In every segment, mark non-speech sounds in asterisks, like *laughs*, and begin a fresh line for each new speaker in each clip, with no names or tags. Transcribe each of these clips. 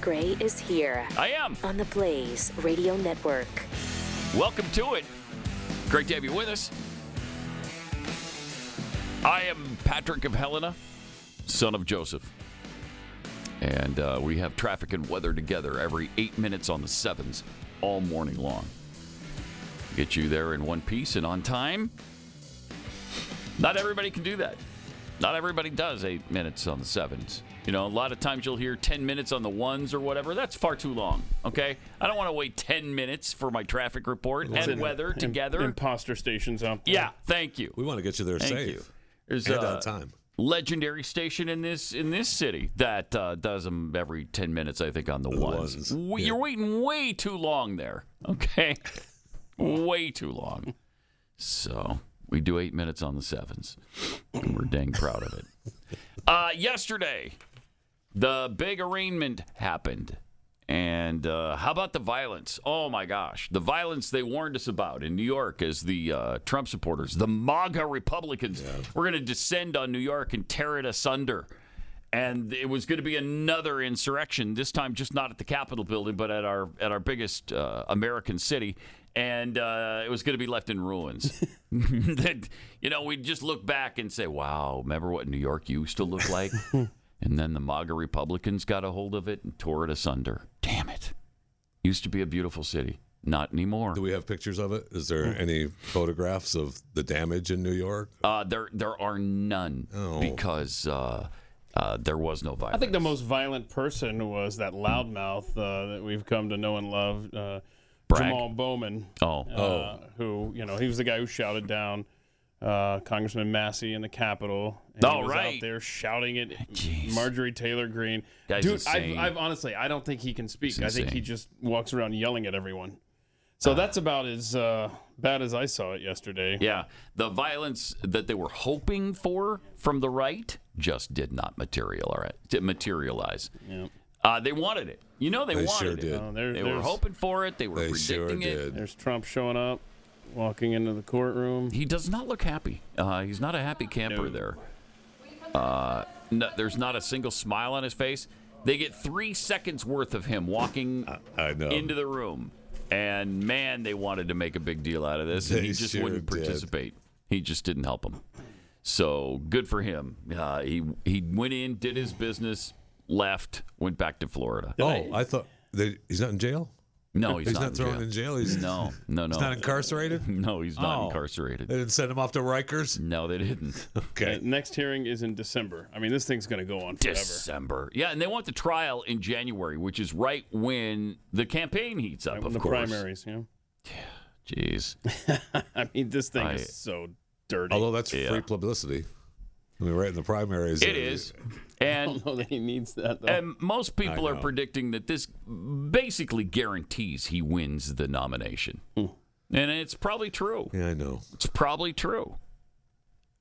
Gray is here
Ah, I am.
on the Blaze Radio Network.
Welcome to it. Great to have you with us. I am Patrick of Helena, son of Joseph. And uh, we have traffic and weather together every eight minutes on the sevens all morning long. Get you there in one piece and on time. Not everybody can do that. Not everybody does eight minutes on the sevens. You know, a lot of times you'll hear 10 minutes on the ones or whatever. That's far too long, okay? I don't want to wait 10 minutes for my traffic report and weather together.
Imposter stations out there.
Yeah, thank you.
We want to get you there
Thank
safe
you. There's
and
uh,
on time.
legendary station in this in this city that uh, does them every 10 minutes, I think, on the, ones.
ones,
W-
yeah.
You're waiting way too long there, okay? *laughs* way too long. So we do eight minutes on the sevens, and we're dang
*laughs*
proud of it. Uh, yesterday, the big arraignment happened. And uh, how about the violence? Oh my gosh, the violence they warned us about in New York as the uh, Trump supporters, the MAGA Republicans, were going to descend on New York and tear it asunder. And it was going to be another insurrection. This time, just not at the Capitol building, but at our at our biggest uh, American city. And uh, it was going to be left in ruins. *laughs* that you know, we'd just look back and say, "Wow, remember what New York used to look like?" And then the MAGA Republicans got a hold of it and tore it asunder. Damn it. Used to be a beautiful city. Not anymore.
Do we have pictures of it? Is
Hmm.
there any photographs of the damage in New York?
Uh, there, there are none
Oh.
because uh, uh, there was no violence.
I think the most violent person was that loudmouth uh, that we've come to know and love, uh,
Bragg.
Jamal Bowman.
Oh,
uh, who you know he was the guy who shouted down uh, Congressman Massey in the Capitol. And
Oh,
he was
right.
out there shouting at
Jeez.
Marjorie Taylor Greene.
Guy's
Dude,
insane.
I've, I've honestly, I don't think he can speak. I think he
insane. Ah.
just walks around yelling at everyone. So that's about as uh, bad as I saw it yesterday.
yeah. The violence that they were hoping for from the right just did not materialize. Did materialize. Uh, they wanted it. You know, they,
They
wanted
sure
it.
did.
Oh, there-
They were
there's-
hoping for it. They were
They
predicting
sure
it.
did.
There's Trump showing up, walking into the courtroom.
he does not look happy. Uh, he's not a happy camper
No.
there. Uh, no, there's not a single smile on his face. They get three seconds worth of him walking
I know.
into the room, and man, they wanted to make a big deal out of this, and
They
he just
sure
wouldn't
did.
participate. He just didn't help him. So good for him. Uh, he he went in, did his business, left, went back to Florida.
oh, I thought they, he's not in jail.
No, he's,
He's, not, thrown in jail. He's
No, no, no,
He's not incarcerated.
*laughs* no. He's not
Oh. They
incarcerated.
didn't send him off to
*laughs*
Rikers.
No, they didn't.
Uh,
Okay.
Next hearing is in December. I mean, this thing's going to go on forever.
December. Yeah, and they want the trial in January, which is right when the campaign heats up,
Like,
of
the
course.
primaries, you know.
*laughs*
Jeez. *laughs*
I mean, this thing
I-
is so dirty.
Although that's
Yeah.
free publicity. I mean, right in the primaries.
It
uh,
is.
I
*laughs*
And
don't know that he needs that though.
and most people are
know.
predicting that this basically guarantees he wins the nomination.
Hmm.
And it's probably true.
Yeah, I know.
It's probably true.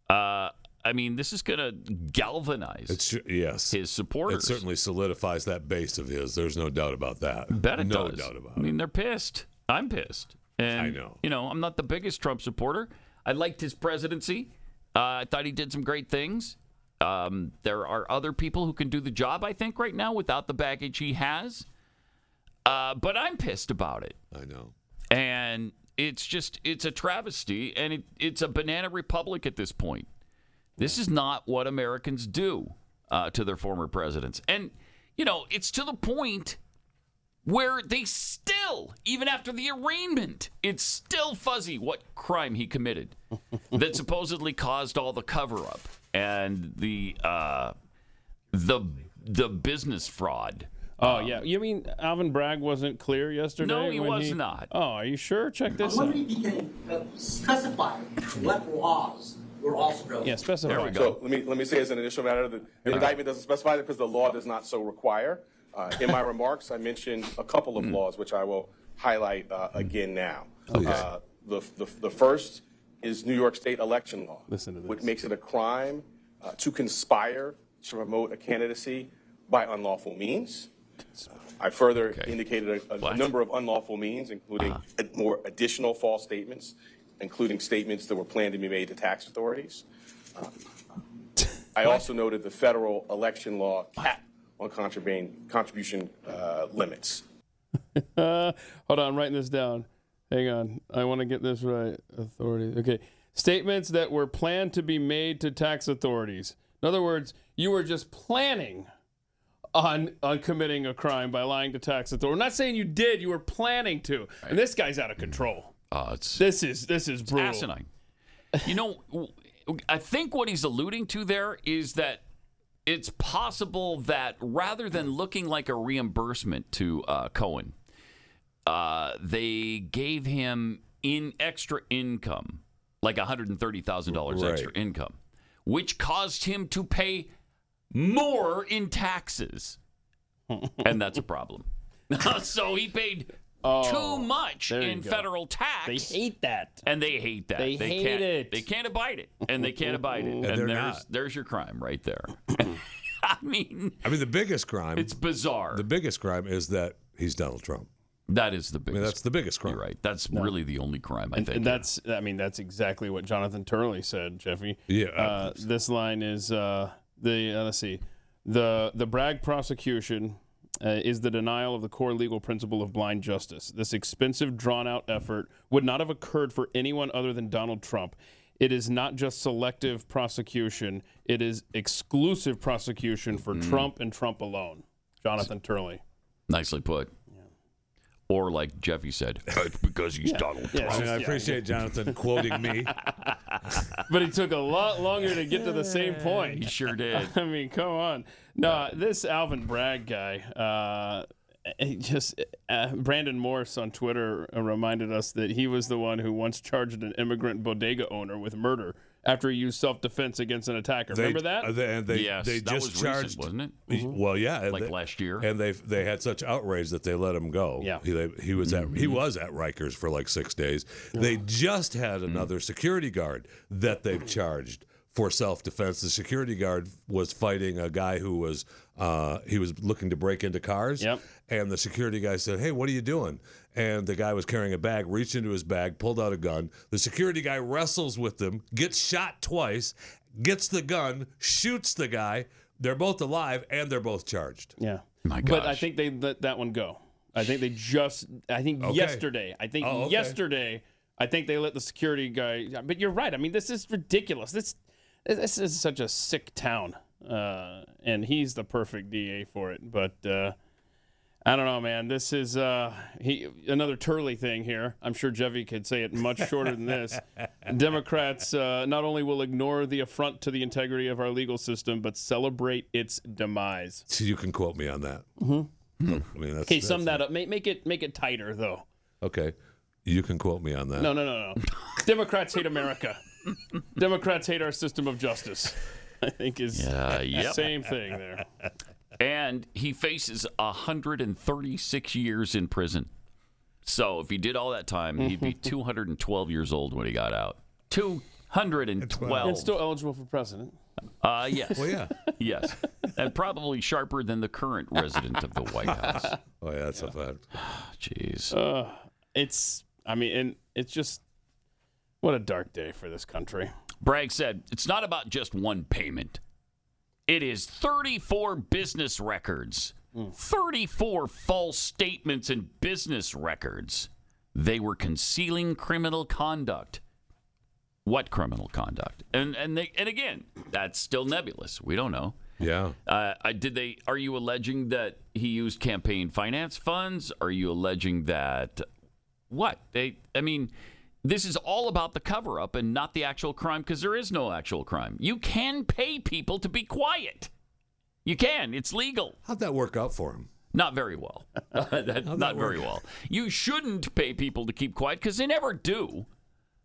Uh I mean, this is going to galvanize
It's su- yes.
his
It
supporters.
certainly solidifies that base of his. There's no doubt about that.
Bet it
no
does.
doubt about
I mean, they're pissed. I'm pissed. And,
I know.
You know, I'm not the biggest Trump supporter. I liked his presidency. Uh, I thought he did some great things. Um, there are other people who can do the job, I think, right now without the baggage he has. Uh, but I'm pissed about it.
it. I know.
And it's just, it's a travesty. And it, it's a banana republic at this point. This is not what Americans do uh, to their former presidents. And, you know, it's to the point where they still, even after the arraignment, it's still fuzzy what crime he committed that supposedly caused all the cover up and the, uh, the, the business fraud.
oh yeah, you mean Alvin Bragg wasn't clear yesterday?
um, No, he
when
was not.
Oh, are you sure? Check this out.
Somebody can uh, specify what laws were also relevant.
Yeah, specify.
There we go.
So let me, let me say as an initial matter that the indictment doesn't specify that because the law does not so require. Uh,
*laughs*
in my remarks, I mentioned a couple
Mm.
of laws, which I will highlight uh, again now.
Oh,
Uh, the, the, the first is New York State election law,
Listen to
which
this.
makes it a crime uh, to conspire to promote a candidacy by unlawful means. I further indicated a, a
What?
number of unlawful means, including ad- more additional false statements, including statements that were planned to be made to tax authorities. Uh, I also noted the federal election law cap on contraband contribution uh, limits.
Uh, *laughs* hold on, I'm writing this down. Hang on. I want to get this right. Authority. Okay. Statements that were planned to be made to tax authorities. In other words, you were just planning on on committing a crime by lying to tax authorities. We're not saying you did, you were planning to. And this guy's out of control.
Uh, it's
This is this is brutal.
asinine. You know, w- I think what he's alluding to there is that it's possible that rather than looking like a reimbursement to uh, Cohen, uh, they gave him in extra income, like one hundred and thirty thousand dollars
Right.
extra income, which caused him to pay more in
*laughs*
taxes, and that's a problem. *laughs* so he paid too much
Oh, there you
in
go.
federal tax
hate that.
and they hate that.
They hate
can't,
it.
They can't abide it, and they can't abide
*laughs*
it. And,
they're
there's
not.
there's your crime right
*coughs*
there. *laughs* I mean,
I mean, the biggest crime.
it's bizarre.
the biggest crime is that he's Donald Trump.
that is the
I mean,
biggest.
that's the biggest crime.
you're right. That's really the only crime I think.
And that's I mean that's exactly what Jonathan Turley said, Jeffy.
Yeah.
Uh, this line is uh, the uh, let's see, the the Bragg prosecution uh, is the denial of the core legal principle of blind justice. This expensive, drawn out effort would not have occurred for anyone other than Donald Trump. It is not just selective prosecution; it is exclusive prosecution for Trump and Trump alone. Jonathan Turley.
Nicely put. Or like Jeffy said,
*laughs*
it's because he's Donald Trump.
I, mean, I appreciate Jonathan quoting *laughs* me.
But it took a lot longer to get to the same point.
He sure did.
*laughs* I mean, come on. No, this Alvin Bragg guy. Uh, he just uh, Brandon Morse on Twitter uh, reminded us that he was the one who once charged an immigrant bodega owner with murder after he used self-defense against an attacker.
They-
Remember that?
uh, They, and *laughs* they,
Yes,
they
that
just
was recent,
charged,
wasn't it?
Well, yeah, and
Like
they-
last year.
and they they had such outrage that they let him go.
Yeah.
he, they, he was at
Mm-hmm.
he was at Rikers for like six days. They just
Mm.
had another security guard that they've charged for self defense. The security guard was fighting a guy who was uh, he was looking to break into cars.
Yep.
And the security guy said, "Hey, what are you doing?" And the guy was carrying a bag, reached into his bag, pulled out a gun. The security guy wrestles with them, gets shot twice, gets the gun, shoots the guy. They're both alive and they're both charged.
yeah.
My
But I
gosh.
think they let that one go. I think they just. I think
Okay.
yesterday. I think
Oh, okay.
yesterday. I think they let the security guy. But you're right. I mean, this is ridiculous. This this is such a sick town, uh, and he's the perfect DA for it. But uh, I don't know, man. This is uh, he another Turley thing here. I'm sure Jeffy could say it much shorter than
*laughs*
this. Democrats uh, not only will ignore the affront to the integrity of our legal system, but celebrate its demise.
So you can quote me on that. Hmm. I mean, that's,
Okay,
that's-
sum that up. Make, make it make it tighter though.
Okay, you can quote me on that.
No, no, no, *laughs* no. Democrats hate
*laughs*
America. Democrats hate our system of justice. I think is
Uh,
*laughs*
yep.
same thing
*laughs*
there.
And he faces 136 years in prison. So if he did all that time, he'd be 212 years old when he got out. 212.
And still eligible for president.
Uh, yes.
Well, Oh, yeah.
Yes. And probably sharper than the current resident of the White House.
Oh, yeah, that's a fact.
Jeez.
It's I mean, and it's just what a dark day for this country.
Bragg said it's not about just one payment, it is 34 business records, 34 false statements and business records. They were concealing criminal conduct. What criminal conduct? And and they, and again, that's still nebulous. We don't know.
Yeah.
Uh, I- did they? Are you alleging that he used campaign finance funds? Are you alleging that what they? I mean, this is all about the cover up and not the actual crime because there is no actual crime. You can pay people to be quiet. You can. It's legal.
How'd that work out for him?
Not very well. *laughs* That- not very well. You shouldn't pay people to keep quiet because they never do.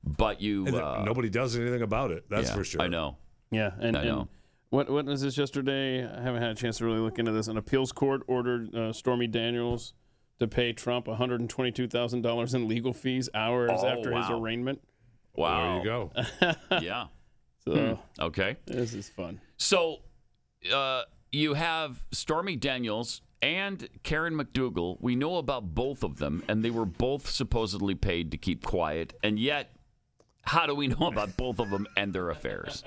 But you,
And then
uh,
Nobody does anything about it. *laughs* That's
yeah,
for sure.
I know.
Yeah, and,
I
and
know.
what what was this yesterday? I haven't had a chance to really look into this. An appeals court ordered uh, Stormy Daniels to pay Trump one hundred and twenty two thousand dollars in legal fees hours
Oh,
after his
wow.
arraignment.
Wow.
There you go.
Yeah. Hmm.
So
Okay.
this is fun.
So uh, you have Stormy Daniels and Karen McDougal. We know about both of them, and they were both supposedly paid to keep quiet. And yet, *laughs* how do we know about both of them and their affairs?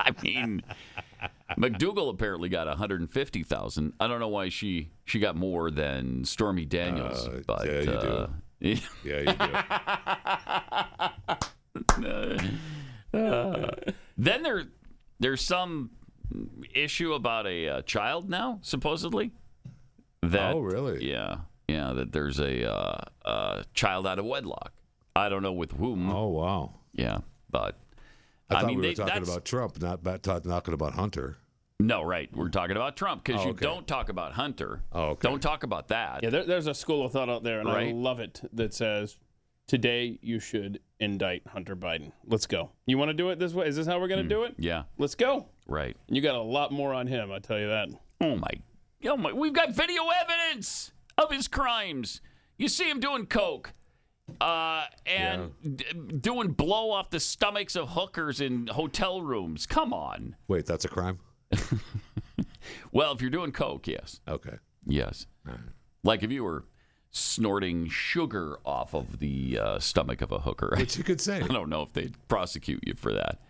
I mean, McDougal apparently got 150,000. I don't know why she she got more than Stormy Daniels,
Uh,
but
yeah, you do.
uh, *laughs* yeah.
Yeah, you do.
then there there's some issue about a uh, child now supposedly. That,
Oh, really?
Yeah, yeah. That there's a uh, uh, child out of wedlock. I don't know with whom.
Oh wow.
Yeah, but
I
I
thought we
mean,
were
they-
talking
that's-
about Trump, not about talk- talking about Hunter.
no, right. We're talking about Trump because
Oh,
you
okay.
don't talk about Hunter.
Oh, okay.
Don't talk about that.
Yeah, there, there's a school of thought out there, and I
Right.
love it, that says today you should indict Hunter Biden. Let's go. You want to do it this way? Is this how we're going to do it?
yeah,
Let's go.
right.
And you got a lot more on him, I tell you that.
Oh my, oh my, we've got video evidence of his crimes. You see him doing coke, uh, and d- doing blow off the stomachs of hookers in hotel rooms. Come on.
Wait, that's a crime?
Well, if you're doing coke, yes,
Okay.
yes. Like if you were snorting sugar off of the uh, stomach of a hooker. *laughs*
Which you could say.
I don't know if they'd prosecute you for that.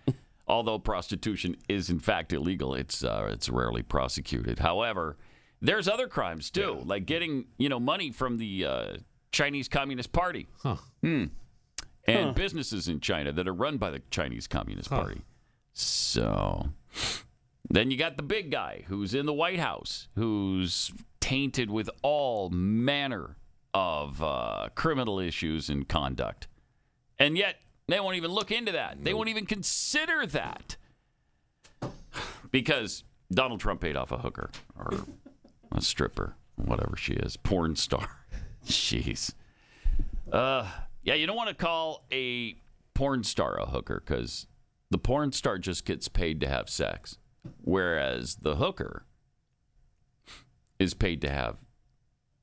Although prostitution is in fact illegal, it's uh, it's rarely prosecuted. However, there's other crimes too, like getting you know money from the uh, Chinese Communist Party
Huh.
and businesses in China that are run by the Chinese Communist Party. So then you got the big guy who's in the White House, who's tainted with all manner of uh, criminal issues and conduct. And yet they won't even look into that. They won't even consider that because Donald Trump paid off a hooker or a stripper, whatever she is, porn star. *laughs* Jeez. Uh, yeah, you don't want to call a porn star a hooker because the porn star just gets paid to have sex, whereas the hooker is paid to have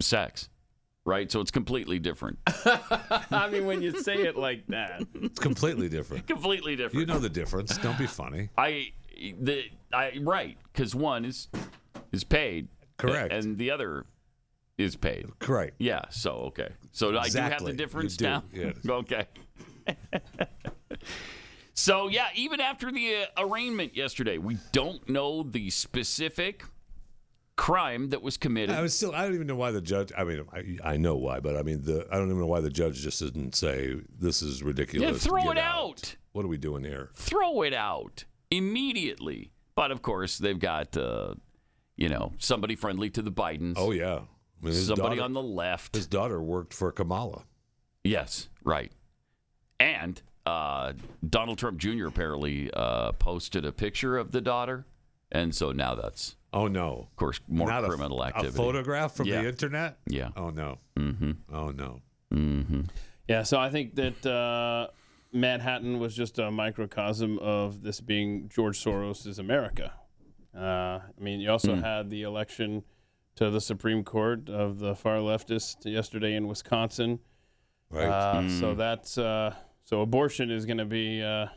sex, right? So it's completely different.
*laughs* I mean, when you say it like that,
It's completely different.
completely different.
You know the difference. Don't be funny.
I the I right because one is is paid
Correct.
and the other is paid.
Correct.
Yeah. So okay. So I do have
Exactly.
the
You
difference
do,
now. *laughs*
yes.
okay. so yeah, even after the uh, arraignment yesterday, we don't know the specific crime that was committed.
I was still. I don't even know why the judge. I mean, I, I know why, but I mean, the I don't even know why the judge just didn't say this is
yeah,
ridiculous.
throw
Get
it out.
What are we doing here?
Throw it out immediately. But of course, they've got uh, you know somebody friendly to the Bidens.
Oh yeah. I mean, his
somebody
daughter,
on the left.
his daughter worked for Kamala.
Yes, right. And uh, Donald Trump Jr. apparently uh, posted a picture of the daughter, and so now that's,
Oh no.
of course, more
Not a-
criminal activity.
A photograph from
Yeah. Mm-hmm.
the internet.
Yeah.
Oh no. Oh no.
Yeah, so I think that uh, Manhattan was just a microcosm of this being George Soros' America. Uh, I mean, you also had the election to the Supreme Court of the far leftist yesterday in Wisconsin.
Right.
Uh,
Mm.
So that's uh, so abortion is going to be uh,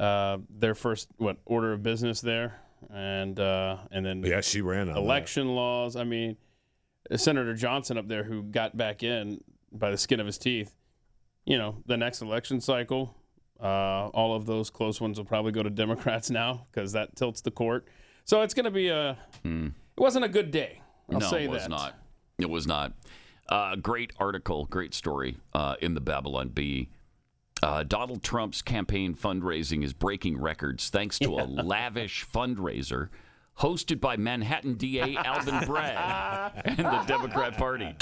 uh, their first what order of business there, and uh, and then
yeah, she ran on that.
election laws. I mean, Senator Johnson up there who got back in by the skin of his teeth. You know, the next election cycle, uh, all of those close ones will probably go to Democrats *laughs* now because that tilts the court. So it's going to be a. It wasn't a good day. I'll
Hmm. no,
say
it was
that.
not. It was not. Uh, great article, great story uh, in the Babylon Bee. Uh, Donald Trump's campaign fundraising is breaking records thanks to a lavish fundraiser hosted by Manhattan DA Alvin Bragg and the Democrat Party.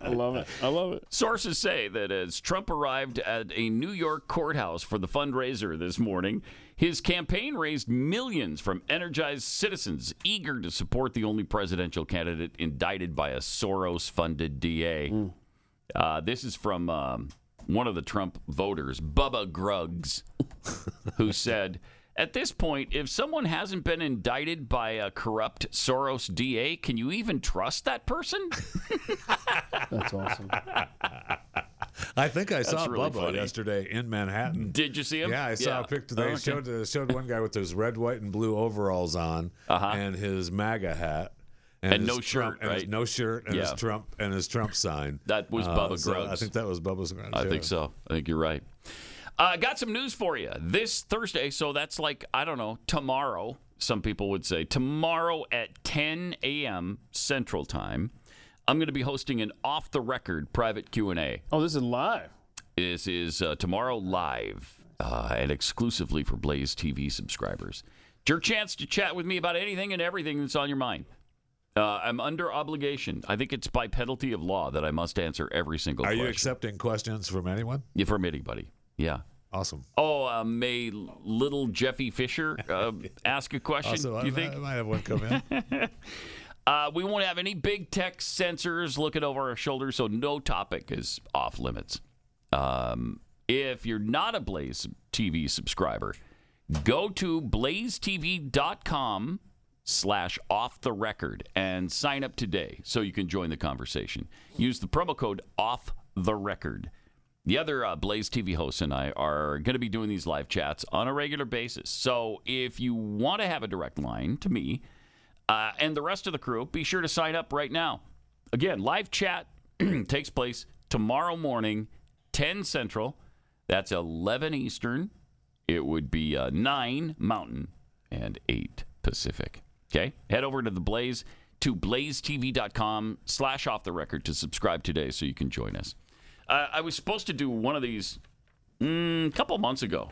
I love it. I love it.
Sources say that as Trump arrived at a New York courthouse for the fundraiser this morning, his campaign raised millions from energized citizens eager to support the only presidential candidate indicted by a Soros funded DA. Uh, this is from um, one of the Trump voters, Bubba Gruggs, *laughs* who said, At this point, if someone hasn't been indicted by a corrupt Soros DA, can you even trust that person?
That's awesome.
I think I saw
really
Bubba
funny.
yesterday in Manhattan.
Did you see him?
Yeah, I saw a picture. They
Oh, okay.
showed uh, showed one guy with his red, white, and blue overalls on, and his MAGA hat,
Uh-huh. And
his
no shirt,
Trump, and his
right?
no shirt, and his
Yeah.
Trump and his Trump sign. Uh,
That was Bubba
so I
Grubbs.
think that was Bubba's. Gruggs.
I think so. I think you're right. Uh, got some news for you this Thursday. So that's like I don't know tomorrow. Some people would say tomorrow at 10 a.m. Central Time. I'm going to be hosting an off-the-record private Q&A.
Oh, this is live.
This is uh, tomorrow live uh, and exclusively for Blaze TV subscribers. It's your chance to chat with me about anything and everything that's on your mind. Uh, I'm under obligation. I think it's by penalty of law that I must answer every single
Are you
question
accepting questions from anyone?
Yeah, from anybody. Yeah.
Awesome.
Oh, uh, may little Jeffy Fisher uh, ask a question?
Also,
do you
I,
think?
I might have one come in.
Uh, we won't have any big tech sensors looking over our shoulders, so no topic is off limits. Um, if you're not a Blaze TV subscriber, go to blazetv.com slash off the record and sign up today so you can join the conversation. Use the promo code off the record. The other uh, Blaze TV hosts and I are going to be doing these live chats on a regular basis. So if you want to have a direct line to me, uh, and the rest of the crew, be sure to sign up right now. Again, live chat *clears throat* takes place tomorrow morning, 10 Central. That's 11 Eastern. It would be uh, 9 Mountain and 8 Pacific. Okay? Head over to the Blaze to blazetv.com slash off the record to subscribe today so you can join us. Uh, I was supposed to do one of these mm, a couple months ago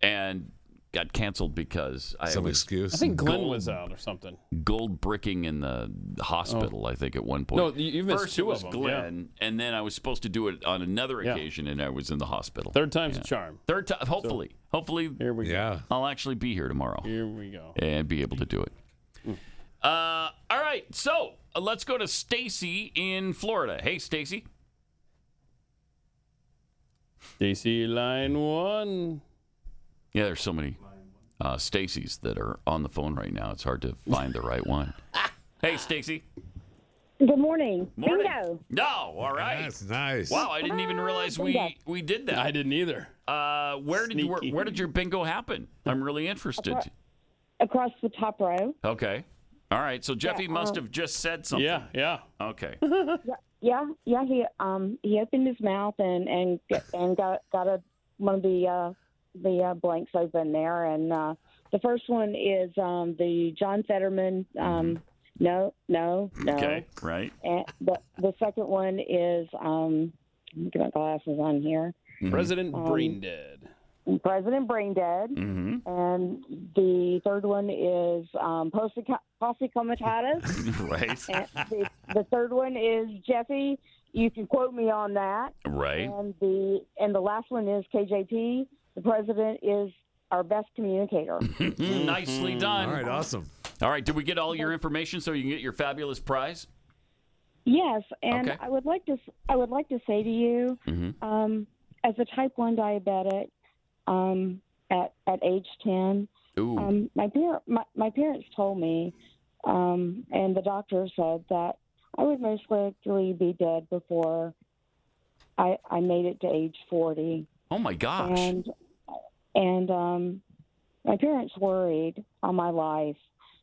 and got canceled because *laughs* I
Some
was
excuse.
I think Glenn
Gold.
was out or something.
gold bricking in the hospital. I think at one point.
Oh. No, you- you missed
First
two
it was
of them, yeah.
Glenn, and then I was supposed to do it on another
Yeah.
occasion, and I was in the hospital.
Third time's a charm.
Third time. Hopefully, hopefully,
Here we go.
yeah.
I'll actually be here tomorrow
Here Hmm. we go.
and be able to do it. Uh, all right, so uh, let's go to Stacy in Florida. Hey, Stacy.
Stacy, line one.
Yeah, there's so many uh, Stacy's that are on the phone right now. It's hard to find the right one.
*laughs*
Hey, Stacy.
Good morning.
Morning.
Bingo.
No, all right.
That's nice.
Wow, I didn't even realize
Bingo.
we we did that.
I didn't either.
Uh, where did you, where,
Sneaky.
where did your bingo happen? I'm really interested.
Across the top row.
Okay. All right. So Jeffy
um,
must have just said something.
Yeah, yeah.
*laughs*
Okay.
Yeah, yeah. He um he opened his mouth and and and got got a one of the uh, the uh, blanks open there, and uh, the first one is um the John Fetterman. Um, no, no, no.
Okay. Right.
And the the second one is um. Let me get my glasses on here.
President Brain Dead.
President Brain Dead,
Mhm.
and the third one is um, posse, posse comitatus.
*laughs* right.
And the, the third one is Jeffy. You can quote me on that.
Right.
And the and the last one is KJP. The president is our best communicator.
Mm, Nicely done.
Mm-hmm. All right. Awesome.
All right. Did we get all your information so you can get your fabulous prize?
yes, and
Okay.
I would like to s- I would like to say to you, um, as a type one diabetic, um, at at age ten,
Ooh.
um, my par- my, my parents told me, um, and the doctor said that I would most likely be dead before I I made it to age forty.
oh my gosh.
and and um, my parents worried all my life,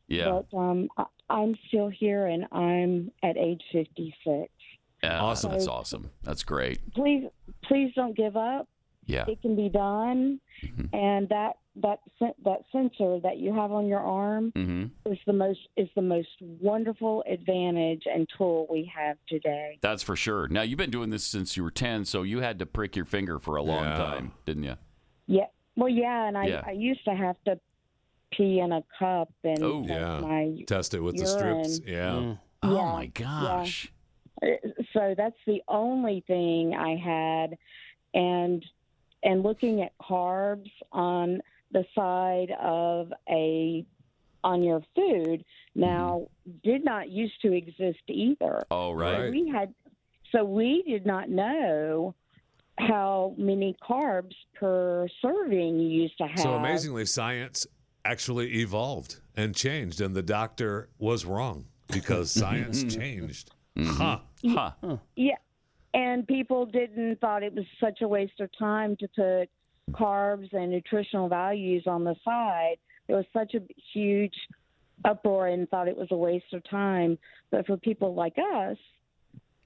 yeah.
but um, I, I'm still here, and I'm at age 56.
Yeah,
Awesome.
That's awesome. That's great.
Please, please don't give up.
Yeah. Mm-hmm.
It can be done, and that that sen- that sensor that you have on your arm
hmm
is the most is the most wonderful advantage and tool we have today.
That's for sure. Now you've been doing this since you were 10, so you had to prick your finger for a long
Yeah.
time, didn't you?
Yeah. Well, yeah, and I,
Yeah.
I used to have to pee in a cup and
Oh,
test
yeah.
my
Test it with the
Urine.
strips. Yeah.
Oh
Yeah.
my gosh.
so that's the only thing I had, and and looking at carbs on the side of a on your food now did not used to exist either.
Oh right.
Right.
We had so we did not know how many carbs per serving you used to have.
So amazingly, science actually evolved and changed, and the doctor was wrong
*laughs*
because science changed.
Mm-hmm.
Huh.
Huh.
Yeah. And people didn't thought it was such a waste of time to put carbs and nutritional values on the side. There was such a huge uproar and thought it was a waste of time. But for people like us,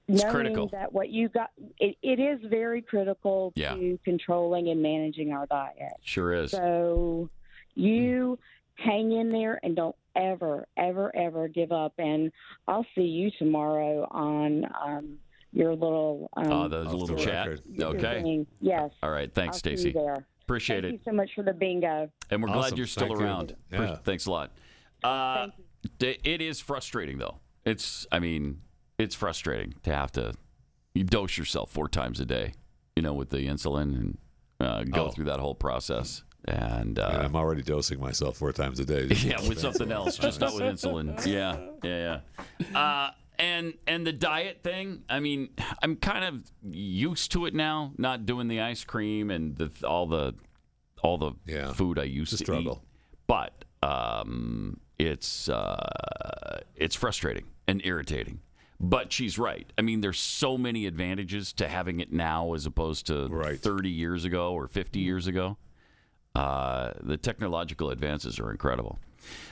It's
knowing
critical.
that what you got, it, it is very critical
Yeah.
to controlling and managing our diet.
Sure is.
So you
Hmm.
hang in there and don't ever, ever, ever give up. And I'll see you tomorrow on um, your little. Um,
Oh, those little
the
chat.
record.
your
Okay.
thing. Yes.
All right. Thanks,
I'll see you
Stacy.
there.
Appreciate
Thank
it.
you so much for the bingo.
And we're glad
Awesome.
you're still
Thank you.
around.
Yeah.
Per- Thanks a lot. Uh, d- It is frustrating, though. It's, I mean, it's frustrating to have to you dose yourself four times a day, you know, with the insulin and uh, go
Oh.
through that whole process. And
And
uh,
I'm already dosing myself four times a day.
*laughs* yeah, with something else, just not with insulin. *laughs* Yeah, yeah, yeah. Uh, and and the diet thing. I mean, I'm kind of used to it now. Not doing the ice cream and the, all the all the
Yeah.
food I used
It's a
to
struggle.
eat. But um, it's uh, it's frustrating and irritating. But she's right. I mean, there's so many advantages to having it now as opposed to
Right.
30 years ago or 50 years ago. Uh, the technological advances are incredible.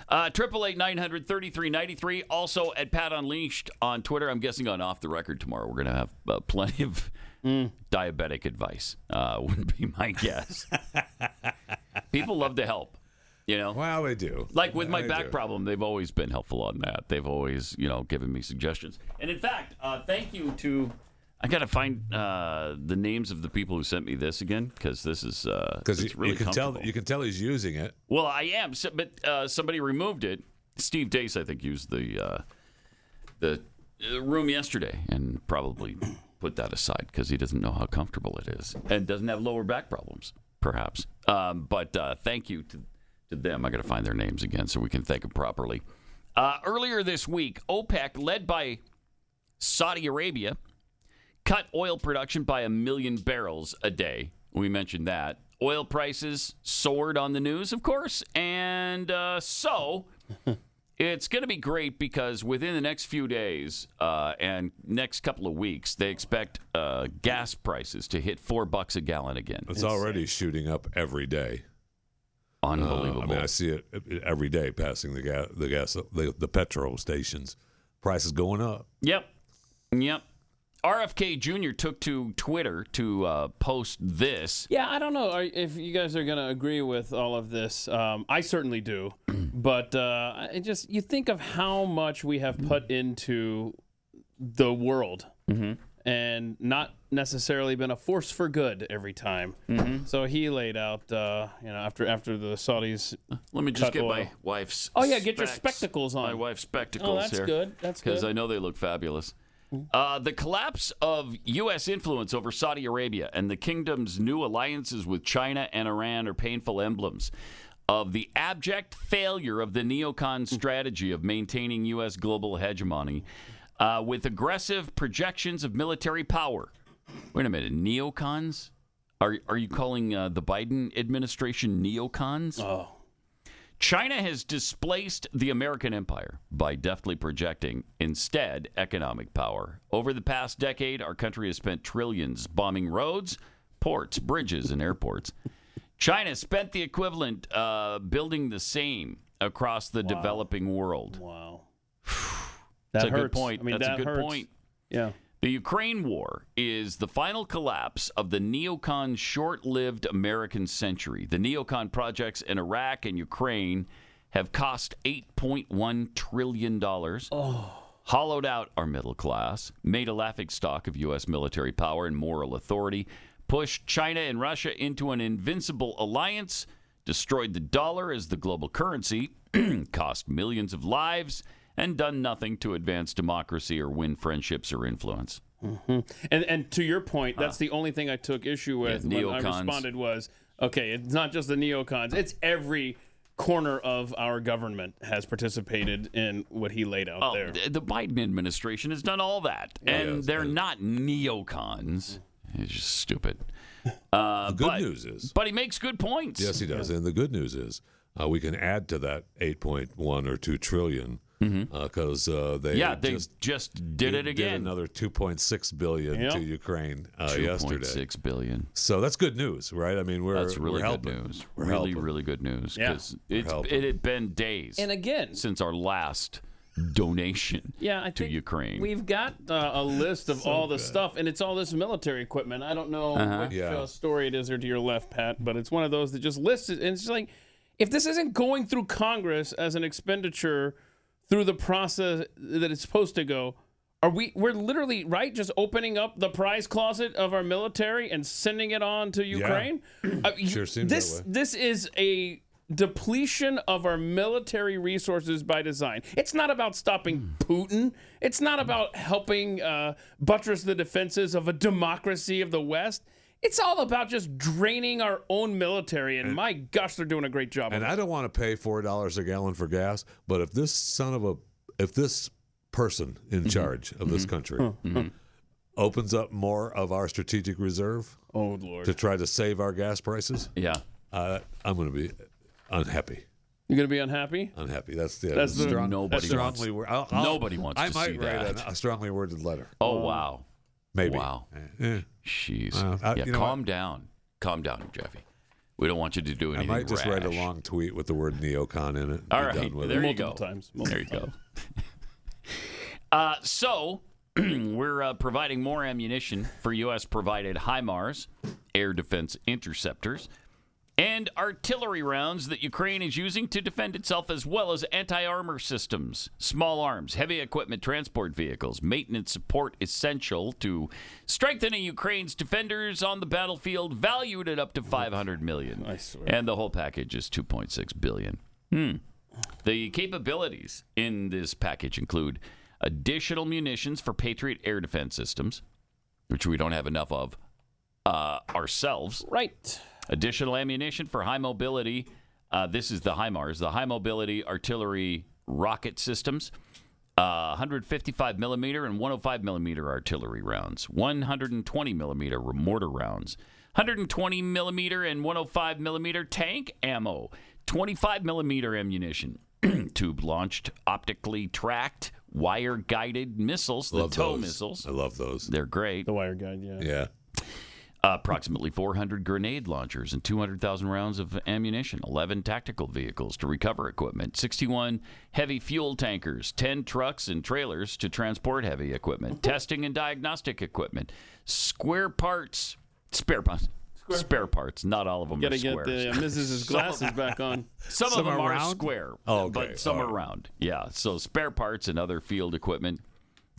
Uh, Triple eight nine hundred thirty three ninety three. Also at Pat Unleashed on Twitter. I'm guessing on off the record tomorrow. We're gonna have uh, plenty of diabetic advice. Uh, *laughs* would be my guess. People love to help. You know,
Well, they do.
like with my
They
back
do.
problem, they've always been helpful on that. They've always, you know, given me suggestions. And in fact, uh, thank you to. I gotta find uh, the names of the people who sent me this again because this is uh,
Because
it's
you,
really
you can tell
comfortable.
you can tell he's using it.
Well, I am, so- but uh, somebody removed it. Steve Dace, I think, used the uh, the uh, room yesterday and probably *clears throat* put that aside because he doesn't know how comfortable it is and doesn't have lower back problems, perhaps. Um, but uh, thank you to to them. I got to find their names again so we can thank them properly. Uh, earlier this week, OPEC, led by Saudi Arabia, cut oil production by a million barrels a day. We mentioned that. Oil prices soared on the news, of course. And uh, so it's going to be great because within the next few days uh, and next couple of weeks, they expect uh, gas prices to hit four bucks a gallon again.
It's already shooting up every day. Uh,
Unbelievable.
I mean, I see it every day passing the gas, the gas, the, the petrol stations. Prices going up.
Yep. Yep. RFK Jr. took to Twitter to uh, post this.
Yeah, I don't know are- if you guys are going to agree with all of this. Um, I certainly *clears throat* do, but uh, I just you think of how much we have put into the world, and not necessarily been a force for good every time. So he laid out, uh, you know, after after the Saudis.
Let me just
Cut
get
oil.
my wife's.
Oh, yeah, get your
specs-
spectacles on.
My wife's spectacles
Oh, that's
here.
good. That's
because
good. Mm.
I know they look fabulous. Uh, the collapse of U.S. influence over Saudi Arabia and the kingdom's new alliances with China and Iran are painful emblems of the abject failure of the
Mm.
neocon strategy of maintaining U.S. global hegemony uh, with aggressive projections of military power. Wait a minute, neocons? Are, are you calling uh, the Biden administration neocons?
Oh,
China has displaced the American empire by deftly projecting instead economic power. Over the past decade, our country has spent trillions bombing roads, ports, bridges, and airports. China spent the equivalent uh, building the same across the developing world. *sighs*
wow.
That's
That
a
hurts.
good point.
I mean,
That's
that
a good
hurts.
point.
Yeah.
The Ukraine war is the final collapse of the neocon short lived American century. The neocon projects in Iraq and Ukraine have cost $8.1 trillion, hollowed out our middle class, made a laughingstock of U.S. military power and moral authority, pushed China and Russia into an invincible alliance, destroyed the dollar as the global currency, *clears throat* cost millions of lives, and done nothing to advance democracy or win friendships or influence.
And and to your point, that's the only thing I took issue with
Yeah,
when I
neocons.
responded was okay, it's not just the neocons, it's every corner of our government has participated in what he laid out
Oh,
there.
th- the Biden administration has done all that, and
Yes,
they're not neocons. It's just stupid. Uh,
The good
but,
news is,
but he makes good points.
yes, he does. And the good news is, uh, we can add to that eight point one or two trillion because uh, they
Mm-hmm. yeah, they
just
just, did it
did
again.
another two point six billion
Yeah.
to Ukraine uh, yesterday.
2.6 billion.
So that's good news, right? I mean, we're
That's really
we're
good
helping.
news.
We're
really,
helping.
really good news
Yeah.
because it's
helping.
it had been days
and again,
since our last donation
Yeah, I
to
think
Ukraine.
We've got uh, a list of all the stuff, and it's all this military equipment. I don't know
Uh-huh.
which
Yeah.
uh, story it is or to your left, Pat, but it's one of those that just lists it. And it's just like, if this isn't going through Congress as an expenditure through the process that it's supposed to go, are we? We're literally right, just opening up the prize closet of our military and sending it on to Ukraine. Uh, you-
Sure seems that
this
way.
this is a depletion of our military resources by design. It's not about stopping
Hmm.
Putin. It's not about helping uh, buttress the defenses of a democracy of the West. It's all about just draining our own military. And, my gosh, they're doing a great job.
And
of it.
I don't want to pay four dollars a gallon for gas, but if this son of a if this person in
Mm-hmm.
charge of this country opens up more of our strategic reserve
oh Lord,
to try to save our gas prices,
yeah.
uh, I'm going to be unhappy.
you're gonna be unhappy.
Unhappy. That's the
That's the-
Nobody wants-
strongly word. I'll- I'll-
nobody wants
I
to
might
see
write
that.
an- a strongly worded letter.
um,
Oh wow.
Maybe.
Wow.
Eh,
Jeez.
Well, I-
yeah.
you know
calm
what?
down. Calm down, Jeffy. We don't want you to do
I
anything.
might just write a
rash.
long tweet with the word neocon in it. and
All
be
right,
done with
there
it.
you
Multiple
go.
times.
There
Multiple
you go. *laughs* uh, so *clears throat* we're uh, providing more ammunition for U.S. provided HIMARS, air defense interceptors, and artillery rounds that Ukraine is using to defend itself, as well as anti armor systems, small arms, heavy equipment, transport vehicles, maintenance support essential to strengthening Ukraine's defenders on the battlefield, valued at up to 500 million. I swear. And the whole package is 2.6 billion. The capabilities in this package include additional munitions for Patriot air defense systems, which we don't have enough of uh, ourselves.
Right.
Additional ammunition for high mobility. Uh, this is the HIMARS, the high mobility artillery rocket systems. Uh, 155 millimeter and 105 millimeter artillery rounds, 120 millimeter mortar rounds, 120 millimeter and 105 millimeter tank ammo, 25 millimeter ammunition, *clears throat* tube launched, optically tracked, wire guided missiles, the
Love
tow
those.
missiles.
I love those.
They're great
The wire guide. Yeah.
Yeah.
approximately 400 grenade launchers and 200,000 rounds of ammunition, 11 tactical vehicles to recover equipment, 61 heavy fuel tankers, 10 trucks and trailers to transport heavy
*laughs*
equipment, testing and diagnostic equipment, square parts, spare parts. Spare parts, not all of them
Gotta
are
get
squares.
the uh, Mrs.'s
*laughs*
glasses back on.
Some,
Some
of them
are
are,
round?
square,
Oh, okay.
but some
All
are
right.
round. Yeah, so spare parts and other field equipment.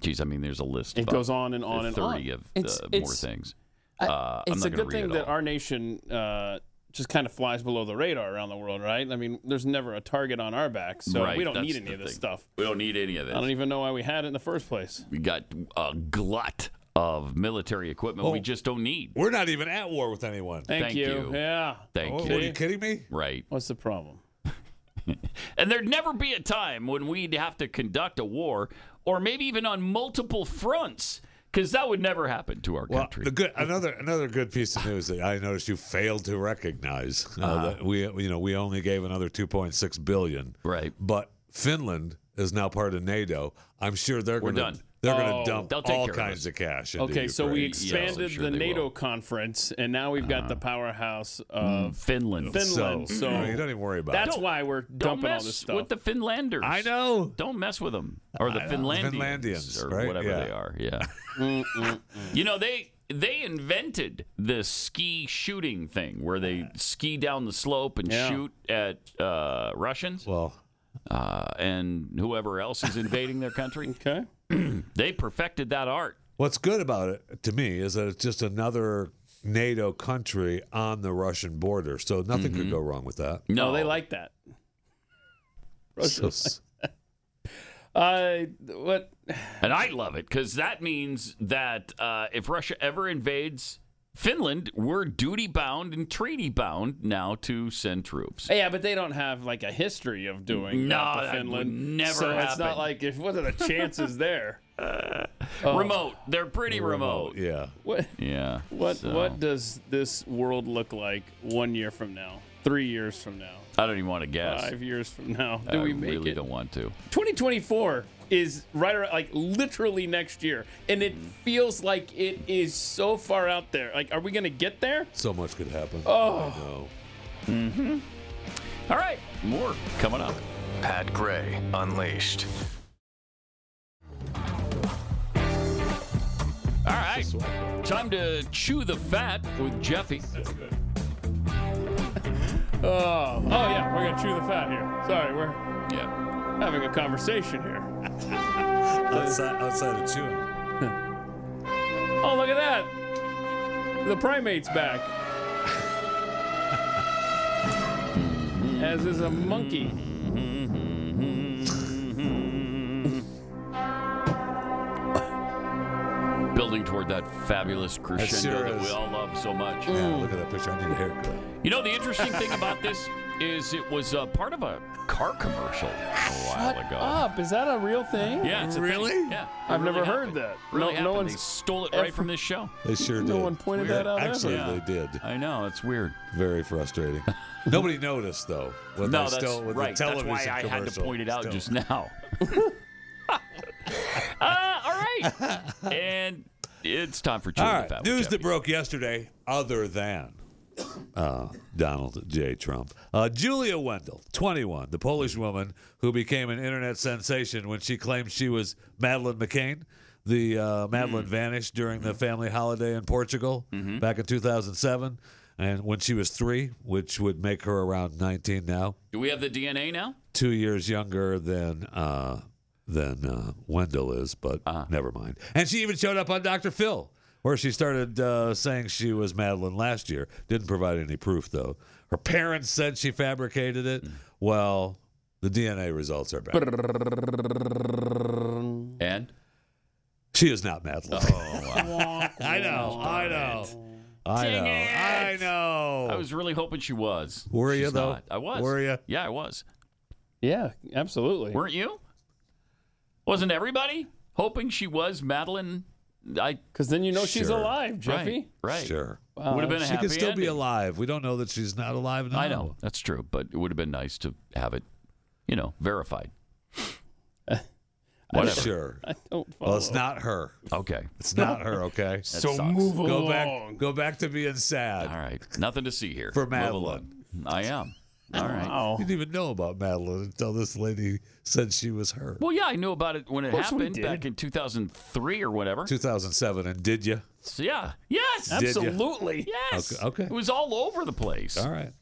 Geez, I mean, there's a list.
It
about
goes on and on and on.
30 of
It's-
uh, more
it's-
things.
I-
Uh, I'm
it's
not
a
gonna
good
read
thing
it
that
all.
our nation uh, just kind of flies below the radar around the world, right? I mean, there's never a target on our back, so
Right,
we don't
that's
need any
the
of this
thing.
stuff.
We don't need any of this.
I don't e- even know why we had it in the first place.
we got a glut of military equipment we
Oh.
just don't need.
We're not even at war with anyone.
Thank,
Thank you.
Yeah.
Thank
What,
you.
are you kidding me?
Right.
What's the problem?
And there'd never be a time when we'd have to conduct a war or maybe even on multiple fronts because that would never happen to our country.
the good another another good piece of news that I noticed you failed to recognize. uh,
Uh-huh.
that we you know we only gave another 2.6 billion,
Right.
But Finland is now part of NATO. I'm sure they're
We're
gonna,
done.
They're
Oh.
going to dump
They'll take
all
care of us.
kinds of, cash. Into
Okay, so we
Ukraine.
ex-
expanded
sure
the
they
NATO
will. Uh-huh.
conference, and now we've got the powerhouse of
Finland.
Finland.
So, *laughs*
So,
you know, you
mm-hmm.
don't even worry about
that's
it.
why we're
Don't
dumping all
mess
this stuff.
with the Finlanders.
I know.
Don't mess with them or the
I know.
Finlandians,
Finlandians,
or
right?
whatever
Yeah.
they are. Yeah.
*laughs*
you know they they invented the ski shooting thing where they ski down the slope and
Yeah.
shoot at uh, Russians
Well,
uh, and whoever else is invading their country.
okay.
They perfected that art.
what's good about it to me is that it's just another NATO country on the Russian border, so nothing
Mm-hmm.
could go wrong
*laughs*
with that.
No, Oh,
Oh.
they like that.
So,
Uh, what?
and I love it because that means that uh, if Russia ever invades Finland, we're duty bound and treaty bound now to send troops.
Yeah, but they don't have like a history of doing
No,
that to
that
Finland.
would never
so it's
happen.
not like if what are the
*laughs*
chances there?
Remote, they're pretty
*laughs*
remote.
oh, yeah.
What
Yeah.
what
so-
what does this world look like one year from now? Three years from now?
I don't even want to guess.
Five years from now? Do
I
we make
really
it?
don't want to.
2024 is right around like literally next year, and it
Mm-hmm.
feels like it is so far out there. Like, are we gonna get there?
So much could happen. Oh. I know.
All right, more coming up.
Pat Gray Unleashed.
All right. Time to chew the fat with Jeffy.
Oh, oh yeah, we're gonna chew the fat here. Sorry, we're
Yeah.
having a conversation here.
outside, outside of chewing.
Oh, look at that! The primate's *laughs* back. As is a monkey.
Building toward that fabulous crescendo
sure
that we
is. Mm.
all love so much.
Yeah, look at that picture. I need a haircut.
You know, the interesting thing about this is it was uh, part of a car commercial a while ago.
Up? Is that a real thing?
Yeah, it's a thing.
Really?
Yeah, it
I've never heard
happened.
that.
Really
No- no
happened.
one's
They stole it right
ever-
from this show.
They sure did.
No one pointed that out. ever.
Actually,
ever.
they did.
I know it's weird.
Very frustrating. *laughs* Nobody noticed though. When
no,
they
that's
still, with
right.
The
That's
television
why I had to
commercial,
point it out
still.
just
*laughs*
now. uh, all right, and it's time for Chew
All
the
right.
Fat with
News
Jeffy.
that broke yesterday, other than uh, Donald J. Trump. Uh, Julia Wendell, 21, the Polish woman who became an internet sensation when she claimed she was Madeline McCain. The uh, Madeline
Mm.
vanished during the family holiday in Portugal
Mm-hmm.
back in 2007, and when she was three, which would make her around 19 now,
Do we have the DNA now?
two years younger than uh, than uh, Wendell is, but
Ah.
never mind. And she even showed up on Dr. Phil, where she started uh, saying she was Madeline last year. Didn't provide any proof though. Her parents said she fabricated it.
Mm.
Well, the DNA results are back.
And
She is not Madeline.
oh,
*laughs* I know. I know. I know. I know.
I was really hoping she was.
Were you,
She's
though?
not. I was.
Were you?
Yeah, I was.
Yeah, absolutely.
Weren't you? Wasn't everybody hoping she was Madeline? I
Because then you know she's
Sure.
alive, Jeffy.
Right. right.
Sure.
Would have been a
She
happy
could still be
ending.
alive. We don't know that she's not alive now.
I know that's true, but it would have been nice to have it, you know, verified. Whatever. *laughs*
Sure.
*laughs* I don't follow.
Well, it's not her.
Okay.
It's not her, okay?
*laughs* So sucks. move
go back go back to being sad.
All right. Nothing to see here.
For
Move along. I am. All right.
Wow.
You didn't even know about Madeline until this lady said she was her.
Well, yeah, I knew about it when it
course we
happened
did.
back in 2003 or whatever.
2007 and did you?
So, yeah. Yes.
Did ya?
Absolutely.
Yes.
Okay, okay.
It was all over the place.
All right.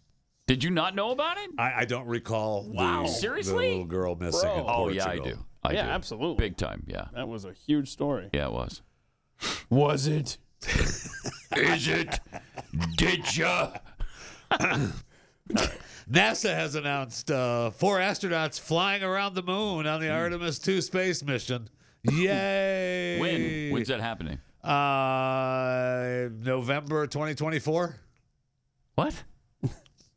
Did you not know about it?
I, I don't recall
Wow.
the, the
Seriously?
little girl missing in
Oh, yeah, I
Portugal.
do. I
Yeah,
do.
absolutely.
Big time. Yeah.
That was a huge story.
Yeah, it was.
Was it?
Is it? Did ya?
NASA has announced uh, four astronauts flying around the moon
Hmm.
on the Artemis 2 space mission. Yay!
*laughs* When? When's that happening?
Uh, November 2024?
What?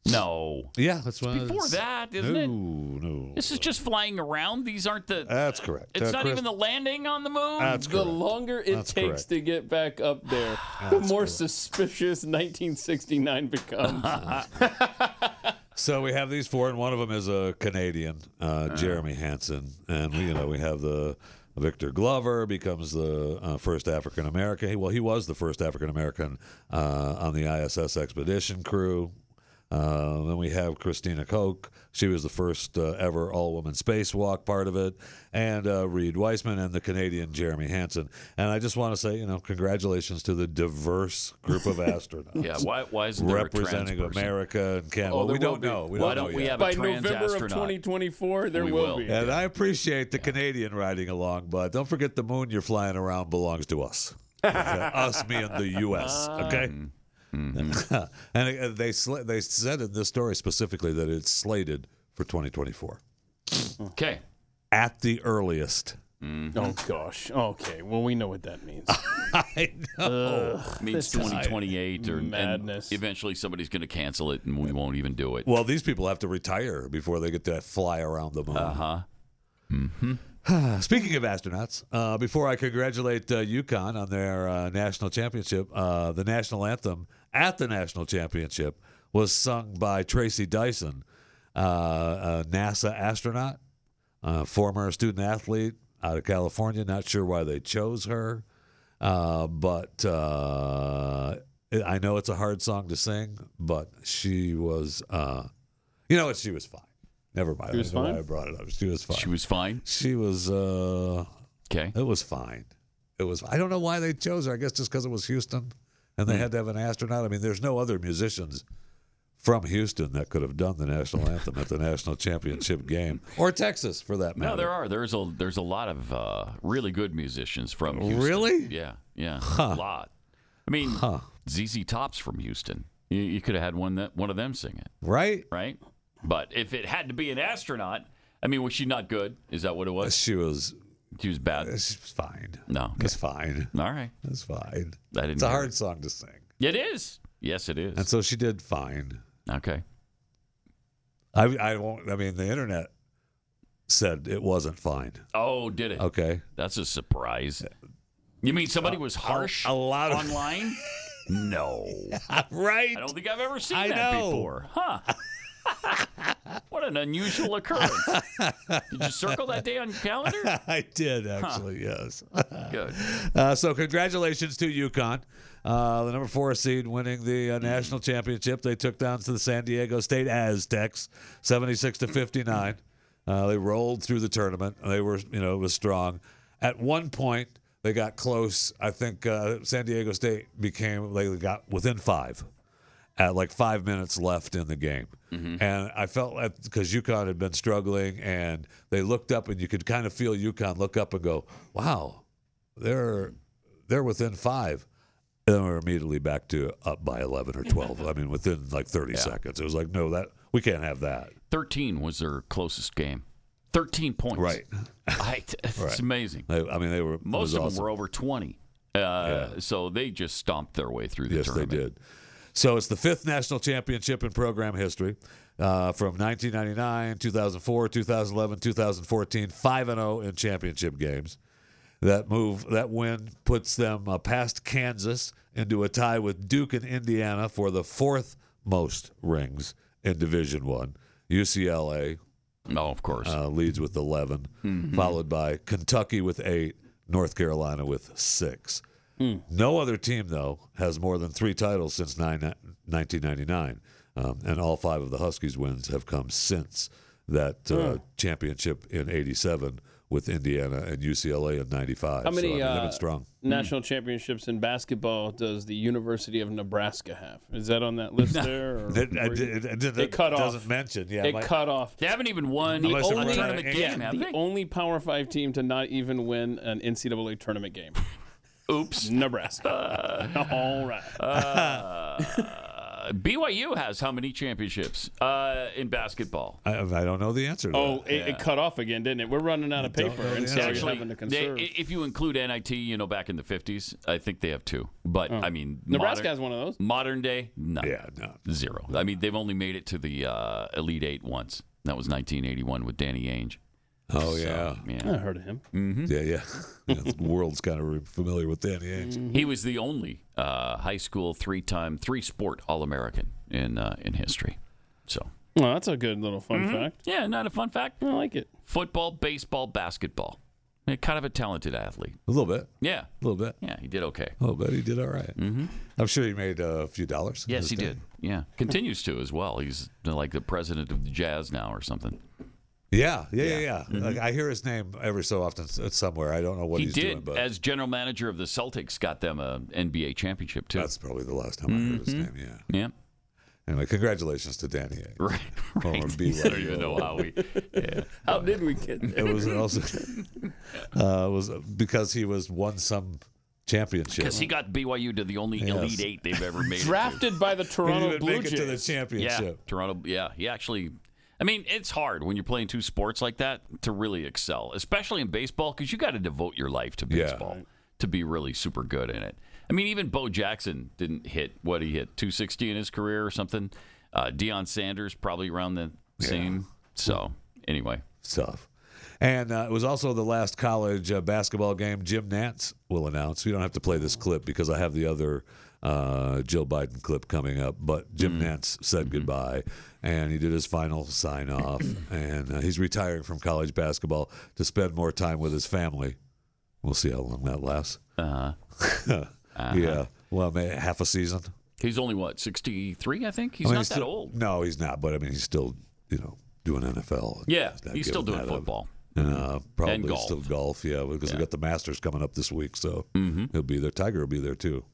No.
Yeah, that's when
Before
it's-
that, isn't
Uh, no,
it?
No,
This is just flying around. These aren't the.
That's correct.
it's
Uh,
not
Chris-
even the landing on the moon.
That's
The
correct.
longer it
That's
takes
correct.
to get back up
*sighs*
there, the more suspicious *laughs* 1969 *laughs* becomes.
So we have these four, and one of them is a Canadian,
Uh-huh.
uh, Jeremy Hansen, and we, you know we have the Victor Glover becomes the uh, first African American. Well, he was the first African American uh, on the ISS expedition crew. Uh, then we have Christina Koch. She was the first uh, ever all woman spacewalk part of it. And uh, Reed Weissman and the Canadian Jeremy Hansen. And I just want to say, you know, congratulations to the diverse
*laughs*
group of astronauts
yeah. Why? Why isn't there a trans
representing
person?
America and Canada.
Oh,
Well,
there
we
will
don't
be.
know. We
Why
don't
don't
know
we
yet.
have
By
a trans
November of
astronaut?
2024, there
We will.
will be.
And I appreciate the Canadian riding along, but don't forget the moon you're flying around belongs to us. Okay? us being the U.S. Okay. *laughs* and uh, they sl- they said in this story specifically that it's slated for 2024
Okay.
at the earliest.
Oh, gosh. Okay. Well, we know what that means.
Ah. I know.
Means 2028 or and
madness.
eventually somebody's going to cancel it and we won't even do it.
Well, these people have to retire before they get to fly around the moon.
Uh-huh.
*sighs* Speaking of astronauts, uh, before I congratulate uh, UConn on their uh, national championship, uh, the national anthem at the national championship was sung by Tracy Dyson, uh, a NASA astronaut, uh, former student athlete out of California. Not sure why they chose her, uh, but uh, I know it's a hard song to sing, but she was, uh, you know what, she was fine. Never mind. She
was fine?
I brought it up. She was fine.
She was fine.
She was uh
Okay.
it was fine. It was. I don't know why they chose her. I guess just because it was Houston, and they had to have an astronaut. I mean, there's no other musicians from Houston that could have done the national anthem at the national championship game, or Texas for that matter.
No, there are. There's a there's a lot of uh, really good musicians from Houston.
Really?
Yeah, yeah, a lot. I mean, ZZ Top's from Houston. You, you could have had one that one of them sing it,
right?
right? But if it had to be an astronaut, I mean, was she not good? Is that what it was?
She was.
She was bad.
She's fine.
No, okay.
It's fine.
All right,
It's fine.
I didn't
It's a
hear
hard song to sing,
it is. Yes, it is.
and so she did fine.
okay.
I I won't. I mean, the internet said it wasn't fine.
Oh, did it?
Okay.
That's a surprise. You mean somebody was harsh
a lot of-
online? no.
*laughs* Right.
I don't think I've ever seen
I
that
know.
before. Huh. *laughs* what an unusual occurrence. Did you circle that day on your calendar?
*laughs* I did actually. Yes.
Good.
Uh, so congratulations to UConn, uh, the number four seed, winning the uh, national championship. They took down to the San Diego State Aztecs, seventy-six to fifty-nine. Uh, they rolled through the tournament. They were, you know, it was strong. At one point, they got close. I think uh, San Diego State became they got within five. At like five minutes left in the game, and I felt like because UConn had been struggling, and they looked up, and you could kind of feel UConn look up and go, "Wow, they're they're within five. And then we're immediately back to up by eleven or twelve. I mean, within like thirty seconds, it was like, no, that we can't have that.
13 was their closest game. 13 points. *laughs* I, it's amazing.
They, I mean, they were it
Most
was
of them
awesome.
were over 20. Uh, So they just stomped their way through the
Yes,
tournament.
they did. So it's the fifth national championship in program history uh, from 1999, 2004, 2011, 2014, 5 and 0 in championship games. That move, that win, puts them uh, past Kansas into a tie with Duke and Indiana for the fourth most rings in Division One. UCLA
No, Oh, of course.
uh, leads with 11,
Hmm.
followed by Kentucky with eight, North Carolina with six.
Hmm.
No other team, though, has more than three titles since nine, 1999, um, and all five of the Huskies' wins have come since that uh,
Hmm.
championship in 87 with Indiana and UCLA in 95.
How many,
so, I mean, they've
uh,
been strong.
National championships in basketball does the University of Nebraska have? Is that on
*laughs*
that list there? Or
It, it, it, it, it,
It cut off.
doesn't mention. Yeah,
it
my-
cut off.
they haven't even won a
Unless it
only-
was
tournament
in-
game, have
the
they?
only Power Five team to not even win an NCAA tournament
*laughs*
game.
Oops.
Nebraska. All right.
Oh,
Uh, BYU has how many championships uh, in basketball?
I, I don't know the answer to
oh,
that.
it, it cut off again, didn't it? We're running out of paper,
know the
and so
answer.
you're
Actually,
having to
they-
conserve.
i- if you include NIT, you know, back in the 50s, I think they have two. But, I mean,
Nebraska
modern,
Oh. has one of those.
modern day, no,
Yeah, no.
zero. I mean, they've only made it to the uh, Elite Eight once. That was 1981 with Danny Ainge.
Oh, yeah.
Yeah.
I heard of him. *laughs*
Yeah, yeah. *laughs* yeah the world's kind of familiar with Danny Ainge.
Mm-hmm.
He was the only uh, high school three time, three sport All American in, uh, in history. So,
Well, that's a good little fun
Mm-hmm.
fact.
yeah, not a fun fact.
I like it.
Football, baseball, basketball. Yeah, Kind of a talented athlete.
A little bit.
Yeah.
A little bit.
Yeah, he did okay.
Oh, but he did all Mm-hmm. I'm sure he made uh, a few dollars.
Yes, he did. Yeah, continues to as well. He's uh, like the president of the Jazz now or something.
Yeah, yeah, yeah. yeah. Like, I hear his name every so often s- uh, somewhere. I don't know what
Mm-hmm. he
he's
did
doing, but
as general manager of the Celtics, got them a NBA championship too.
that's probably the last time I heard his name. Yeah.
yeah, *laughs*
Anyway, congratulations to Danny. Ainge.
Mm-hmm. right.
Former
right.
BYU.
*laughs* I don't even know how we. Yeah. How did we get there?
It was also *laughs* uh, it was because he was won some championship.
Because he got BYU to the only Elite Eight they've ever made. it to.
Drafted by the
*laughs* He didn't
Toronto
even
Blue
make it to the
Jays.
Yeah,
championship.
Toronto. Yeah, he actually. I mean, it's hard when you're playing two sports like that to really excel, especially in baseball, because you got to devote your life to
Yeah.
baseball to be really super good in it. I mean, even Bo Jackson didn't hit what he hit 260 in his career or something. Uh, Deion Sanders probably around the same. So anyway,
stuff. And uh, it was also the last college uh, basketball game Jim Nance will announce. We don't have to play this clip because I have the other uh, Jill Biden clip coming up. But Jim
Mm-hmm.
Nance said goodbye and he did his final
*coughs*
sign off. and uh, he's retiring from college basketball to spend more time with his family. We'll see how long that lasts.
uh,
*laughs* Yeah. Well, maybe half a season.
he's only what 63, I think. He's
I mean,
not that
still-
old.
No, he's not. But I mean, he's still, you know, doing NFL.
Yeah,
not
he's still
giving
doing
that up.
football.
and uh, probably
And golf.
still golf. Yeah, because we got the Masters coming up this week, so
Mm-hmm.
he'll be there. Tiger will be there too.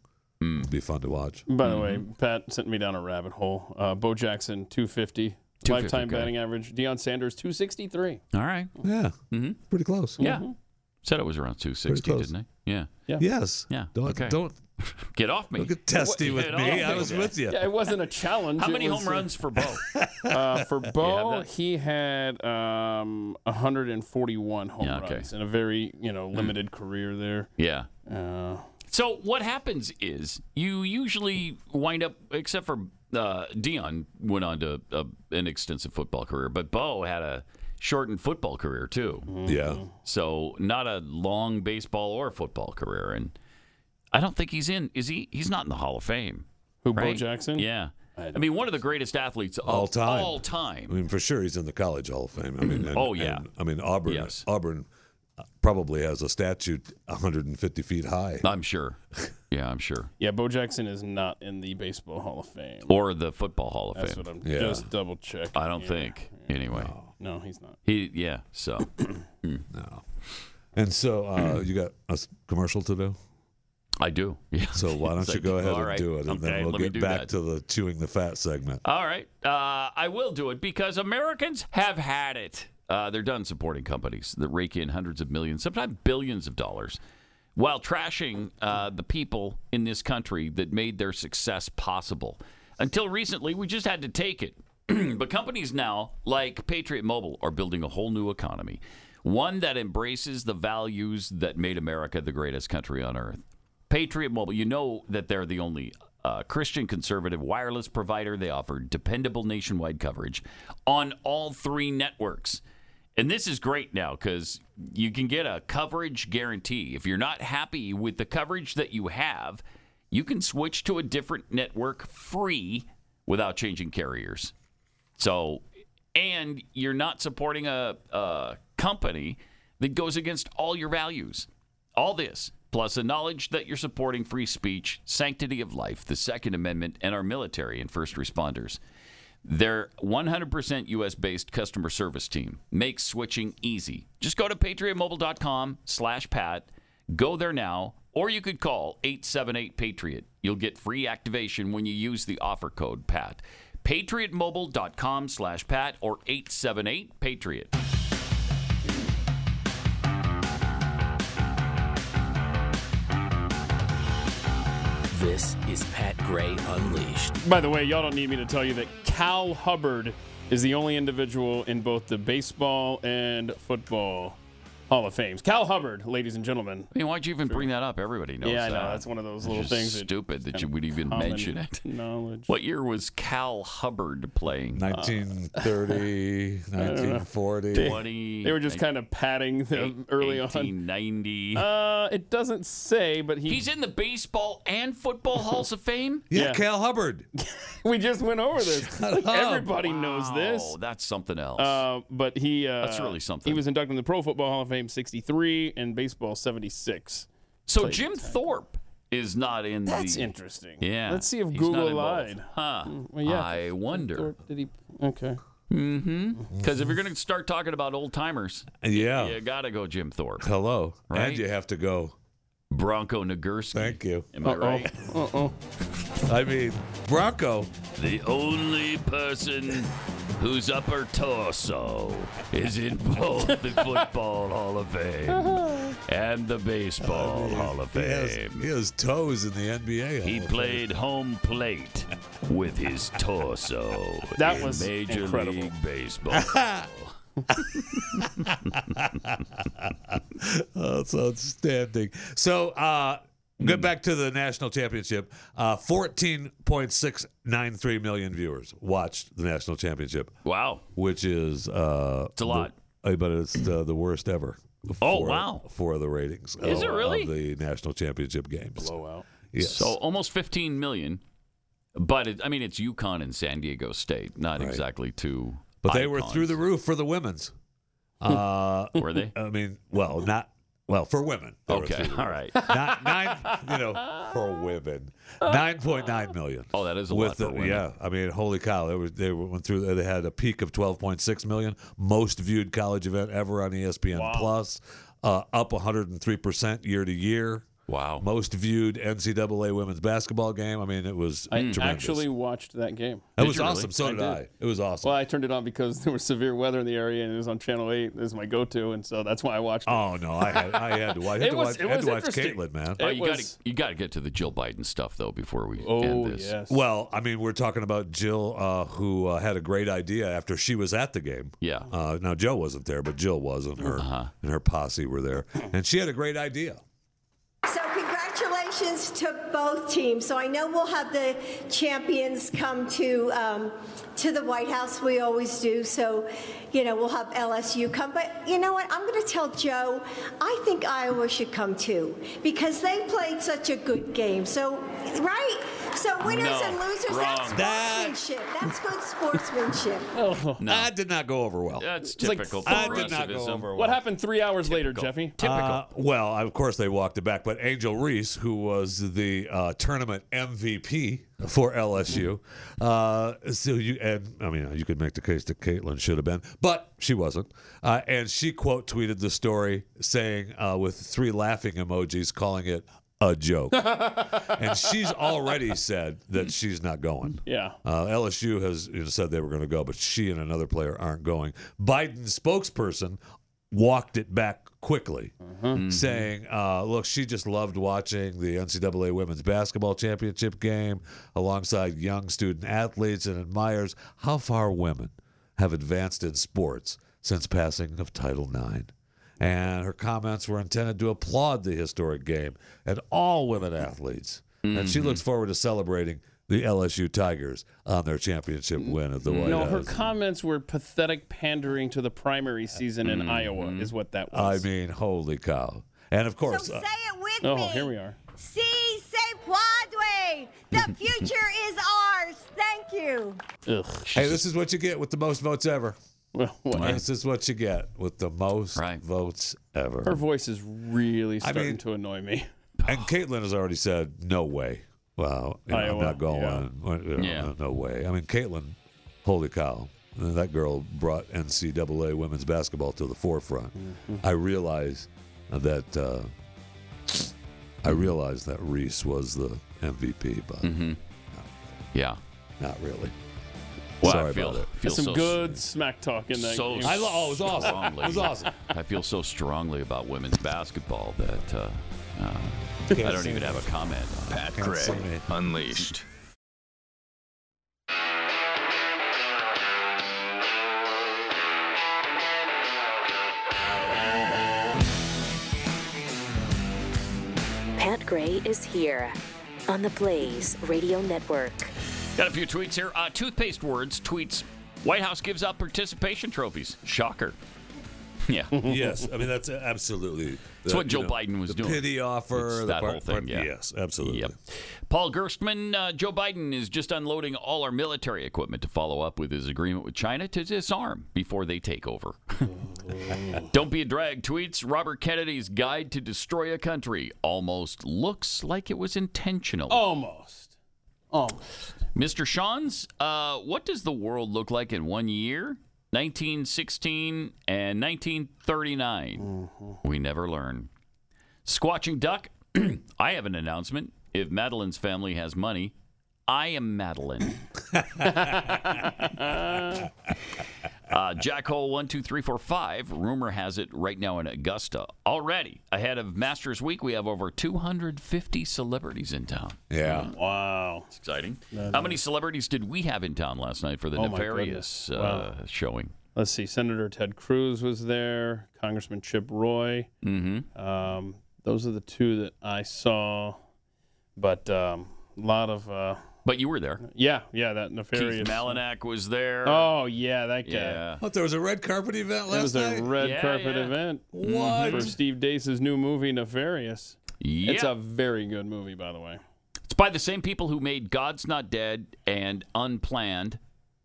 Mm.
It'll be fun to watch.
By the
Mm-hmm.
way, Pat sent me down a rabbit hole. Uh, Bo Jackson, 250.
250,
lifetime
okay.
batting average. Deion Sanders, 263.
All right.
Yeah, pretty close.
Oh. Mm-hmm. Yeah. Said it was around 260,
Mm-hmm. close.
didn't I? Yeah.
Yes.
Yeah,
Don't
okay.
don't
Get off me.
look
*laughs*
at testy
What- Get
with me.
off
I was with you.
Yeah, it
*laughs*
wasn't a challenge.
How
It
many
was,
home
uh,
runs for
*laughs*
Bo? *laughs*
Uh, for Bo,
that.
he had um, 141 home
Yeah, okay. Mm.
runs in a very you know limited career there.
yeah.
Uh,
So what happens is you usually wind up, except for uh, Dion went on to uh, an extensive football career, but Bo had a shortened football career too.
Yeah.
So not a long baseball or football career, and I don't think he's in. Is he? He's not in the Hall of Fame.
who Bo
right?
Jackson?
Yeah. I, mean, one of the greatest athletes of
All time.
All
I
time.
mean, for sure, he's in the College Hall of Fame. I mean, and-
Oh, yeah.
and, I mean, Auburn.
Yes.
Auburn uh, probably has a statue 150 feet high.
I'm sure. Yeah, I'm sure.
Yeah, Bo Jackson is not in the Baseball Hall of Fame.
Or the Football Hall of
That's
Fame.
what I'm
Yeah.
just double check.
I don't think. Anyway,
No, he's not.
he. Yeah. So.
And so uh,
Mm.
you got a s- commercial to do.
I do. *laughs* Yeah.
So why don't
It's
you
like,
go ahead
all
and
right,
do it, and
okay,
then we'll
let me
get
do
back
that.
to the chewing the fat segment.
All right. Uh, I will do it because Americans have had it. Uh, they're done supporting companies that rake in hundreds of millions, sometimes billions of dollars, while trashing uh, the people in this country that made their success possible. Until recently, we just had to take it. *clears throat* but companies now, like Patriot Mobile, are building a whole new economy, one that embraces the values that made America the greatest country on earth. Patriot Mobile, you know that they're the only uh, Christian conservative wireless provider. They offer dependable nationwide coverage on all three networks. And this is great now because you can get a coverage guarantee. If you're not happy with the coverage that you have, you can switch to a different network free without changing carriers. So, and you're not supporting a, a company that goes against all your values. All this, plus the knowledge that you're supporting free speech, sanctity of life, the Second Amendment, and our military and first responders. Their 100% U.S. based customer service team makes switching easy. Just go to patriotmobile.com slash pat. Go there now, or you could call 878 Patriot. You'll get free activation when you use the offer code PAT. PatriotMobile.com slash PAT or 878 Patriot.
This is Pat Gray Unleashed.
By the way, y'all don't need me to tell you that Cal Hubbard is the only individual in both the baseball and football Hall of Fames. Cal Hubbard, ladies and gentlemen.
I mean, why'd you even bring that up? Everybody knows
yeah, I
that.
know. That's one of those little
It's
things.
just
that-
stupid that
kind
you
of
would even
common
mention it. *laughs*
*laughs* Knowledge.
What year was Cal Hubbard playing?
1930, 1940.
20,
They were just kind of patting them early on.
1890.
Uh, it doesn't say, but he.
He's in the baseball and football halls of fame.
Yeah,
Yeah.
Cal Hubbard.
*laughs* we just went over this. Like,
up.
everybody knows this.
Oh, that's something else.
Uh, but he. Uh,
That's really something.
He was inducted in the Pro Football Hall of Fame '63 and baseball '76.
so Jim Thorpe is not in
That's
the.
interesting.
Yeah.
Let's see if
he's not
Google
involved.
lied.
Huh.
well, yeah,
I
Or
wonder.
did he? Okay.
Because if you're going to start talking about old timers,
Yeah.
you got to go Jim Thorpe.
Hello.
Right?
And you have to go.
Bronco Nagurski.
Thank you.
Am I
*laughs*
*laughs*
right?
Uh-oh.
I mean, Bronco.
The only person whose upper torso is in both
*laughs*
the Football Hall of Fame and the Baseball Hall of
He has,
Fame.
he has toes in the NBA.
He
Hall of
played home plate with his
*laughs*
torso.
That
in
was
Major
incredible.
League Baseball.
*laughs* Oh, That's outstanding. So, uh, get back to the national championship. Uh, 14.693 million viewers watched the national championship,
wow.
which is uh,
It's a lot.
uh, but it's uh, the worst ever.
Oh, wow.
For the ratings,
Is it
of-
really?
of the national championship games?
Blowout.
Yes.
So almost 15 million. But it, I mean, it's Yukon and San Diego State, not exactly two.
but they were
icons. Hmm.
through the roof for the women's. Uh, *laughs*
Were they?
I mean, well, not Well, for women. they were
Okay,
through the
all
roof.
right.
Not nine, you know, for
*laughs*
women, nine point nine million.
Oh, that is a lot
With
for
the-
women.
yeah, I mean, holy cow! They, were, they went through. They had a peak of twelve point six million, most viewed college event ever on E ESPN Plus, uh, up one hundred and three percent year to year.
Wow.
Most viewed NCAA women's basketball game. I mean, it was
I
tremendous.
actually watched that game.
that was
you really?
awesome. So
I
did
did.
I. It was awesome.
Well, I turned it on because *laughs* there was severe weather in the area, and it was on Channel Eight. It was my go-to, and so that's why I watched it.
Oh no, I had I had to watch. I had
It
to
was-
watch,
it
had
was
to watch
interesting.
Caitlin, man.
Oh,
It
you
was-
gotta you gotta get to the Jill Biden stuff though before we
Oh
end this.
yes.
Well, I mean, we're talking about Jill, uh, who uh, had a great idea after she was at the game.
Yeah.
Uh, now Joe wasn't there, but Jill was, and her and her posse were there, and she had a great idea.
So congratulations to both teams. So I know we'll have the champions come to um, to the White House. We always do. So you know we'll have LSU come. But you know what? I'm going to tell Joe. I think Iowa should come too because they played such a good game. So right. So winners
No,
and losers.
wrong.
That's
That-
sportsmanship. That's good sportsmanship.
No.
That did not go over well.
That's
was like
typical
that did not go
progressivism.
over well.
what happened three hours later, Jeffy?
Typical.
Uh, well, of course they walked it back, but Angel Reese, who was the uh, tournament MVP for LSU, uh, so you and I mean you could make the case that Caitlin should have been, but she wasn't, uh, and she quote tweeted the story saying uh, with three laughing emojis, calling it a joke, and she's already said that she's not going.
Yeah.
Uh, LSU has you know, said they were going to go, but she and another player aren't going. Biden's spokesperson walked it back quickly, saying, uh, "Look, she just loved watching the NCAA women's basketball championship game alongside young student athletes and admires how far women have advanced in sports since passing of Title IX." And her comments were intended to applaud the historic game and all women athletes. And she looks forward to celebrating the LSU Tigers on their championship win at the White
No, her
House.
comments were pathetic pandering to the primary season in Iowa, is what that
I
was.
mean, holy cow. And of
So
course,
say
uh,
it with me.
oh, here we are.
Si se puede. The
*laughs*
future is ours. Thank you.
Ugh.
hey, this is what you get with the most votes ever.
Well, what-
This is what you get with the most
Right.
votes ever.
Her voice is really starting
mean-
to annoy me.
And Caitlin has already said, no way. Wow, you know, I'm
Iowa,
not going.
yeah.
Well, you know,
Yeah.
No way. I mean, Caitlin, holy cow. Uh, That girl brought NCAA women's basketball to the forefront.
Mm-hmm.
I realize that uh, I realize that Reese was the MVP, but
Mm-hmm. yeah.
not really.
Well,
Sorry
I feel,
*laughs*
about it.
feel
Some
so
good smack talk in that
so
game.
I lo- oh, it was awesome.
strongly-
It was awesome.
I feel so strongly about women's basketball that uh, uh, I don't even have a comment. On it.
Pat Gray Unleashed.
Pat Gray is here on the Blaze Radio Network.
Got a few tweets here. Uh, toothpaste words tweets. White House gives out participation trophies. Shocker. *laughs* Yeah.
yes, I mean that's absolutely.
It's what Joe Biden was
the
doing.
Pity offer.
It's
the
that
part-
whole thing,
part-
yeah.
Yes, absolutely.
Yep. Paul Gerstmann, uh, Joe Biden is just unloading all our military equipment to follow up with his agreement with China to disarm before they take over. *laughs* Don't be a drag tweets Robert Kennedy's guide to destroy a country almost looks like it was
Oh,
intentional.
Almost. Almost.
Mr. Sean's, uh, what does the world look like in one year? 1916 and 1939. We never learn. Squatching Duck, *clears throat* I have an announcement. If Madeline's family has money, I am Madeline. uh, Jackhole12345, rumor has it right now in Augusta. Already, ahead of Masters Week, we have over 250 celebrities in town
Yeah.
Wow.
exciting. How many celebrities did we have in town last night for the
Oh, my
nefarious uh, showing?
Let's see. Senator Ted Cruz was there. Congressman Chip Roy. Mm-hmm. Um, those are the two that I saw. But a um, lot of uh,
But you were there.
yeah, yeah. That
Keith
nefarious.
Malinak was there.
Oh yeah, that guy.
yeah.
What? There was a red carpet event
It
last
was a
night.
red
Yeah,
carpet
yeah.
event
what?
for Steve Dace's new movie, Nefarious.
Yeah.
It's a very good movie, by the way.
It's by the same people who made God's Not Dead and Unplanned.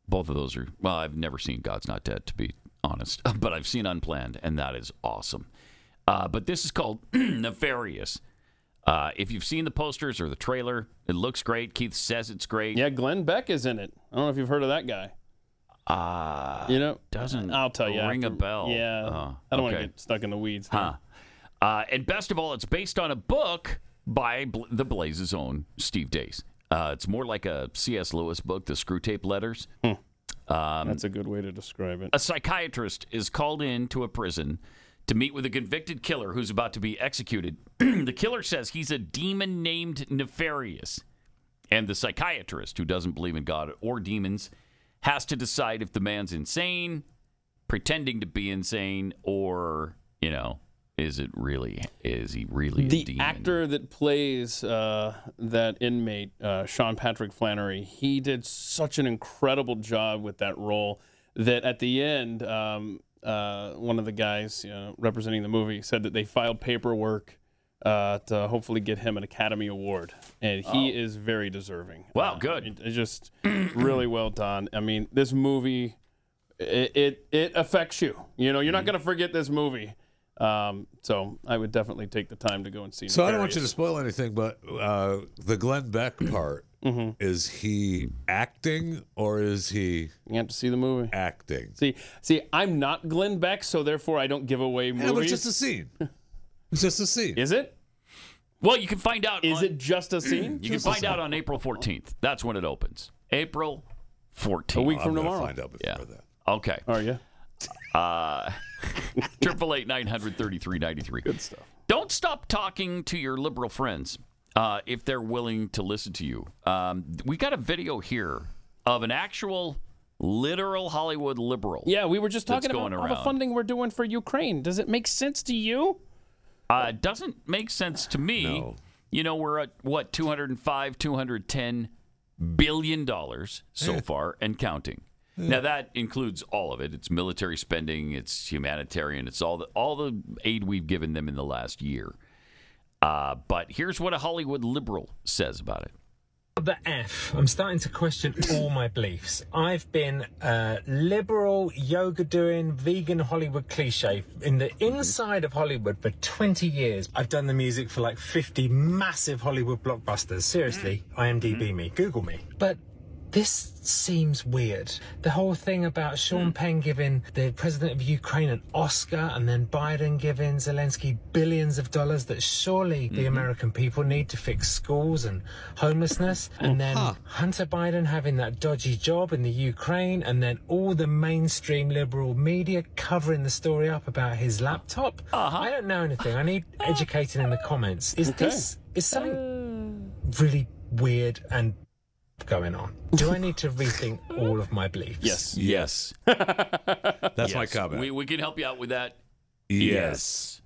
Both of those are, well, *laughs* I've never seen God's Not Dead, to be honest, but I've seen Unplanned, and that is awesome. Uh, but this is called *clears throat* Nefarious. Uh, if you've seen the posters or the trailer, it looks great. Keith says it's great.
Yeah, Glenn Beck is in it. I don't know if you've heard of that guy.
Ah,
you know,
doesn't
I'll tell you.
ring a
after-
bell.
Yeah,
Oh,
I don't want to
okay.
get stuck in the weeds.
Huh. Uh, and best of all, it's based on a book by Bl- the Blaze's own Steve Dace. Uh, it's more like a C.S. Lewis book, The Screwtape Letters. Um,
That's a good way to describe it.
a psychiatrist is called in to a prison to meet with a convicted killer who's about to be executed. *clears throat* the killer says he's a demon named Nefarious. And the psychiatrist, who doesn't believe in God or demons, has to decide if the man's insane, pretending to be insane, or, you know, is it really, is he really a
The
demon?
actor that plays uh, that inmate, uh, Sean Patrick Flannery, he did such an incredible job with that role that at the end, um, uh, one of the guys you know, representing the movie said that they filed paperwork uh, to hopefully get him an Academy Award, and he is very deserving.
Wow, good.
It- It's just really well done. I mean, this movie, it it, it affects you. You know, you're
Mm-hmm.
not going to forget this movie. Um, so I would definitely take the time to go and see.
So I don't want you to
Nefarious.
spoil anything, but uh, the
*clears throat*
Glenn Beck part
Mm-hmm.
is he acting or is he?
You have to see the movie.
Acting.
See, see, I'm not Glenn Beck, so therefore I don't give away movies.
Yeah, but it's just
*laughs*
a scene. It's just a scene.
Is it?
Well, you can find out.
Is it just
*clears throat*
a scene?
You can find out on April 14th. That's when it opens. April 14th.
A week from I'm gonna tomorrow. find
out
before yeah. that. Okay.
Are you?
Uh, Triple eight nine hundred thirty three ninety three. Good
stuff.
Don't stop talking to your liberal friends uh, if they're willing to listen to you. Um, we got a video here of an actual, literal Hollywood liberal.
Yeah, we were just
that's
talking about
going
all the
around.
funding we're doing for Ukraine. Does it make sense to you?
Uh, it doesn't make sense to me. You know, we're at what 205, 210 billion dollars so far and counting. Now that includes all of it. It's military spending, it's humanitarian, it's all the all the aid we've given them in the last year. Uh, but here's what a Hollywood liberal says about it.
The F. I'm starting to question all my beliefs. I've been a liberal, yoga doing, vegan Hollywood cliche in the inside of Hollywood for 20 years. I've done the music for like 50 massive Hollywood blockbusters. Seriously, IMDb me, Google me. But this seems weird. The whole thing about Sean Penn giving the president of Ukraine an Oscar and then Biden giving Zelensky billions of dollars that surely the American people need to fix schools and homelessness. And then Hunter Biden having that dodgy job in the Ukraine and then all the mainstream liberal media covering the story up about his laptop. I don't know anything. I need educating in the comments. Is
Okay.
this is something really weird and going on. Do I need to rethink all of my beliefs?
Yes. Yes.
That's my
Yes.
comment.
We we can help you out with that.
Yes.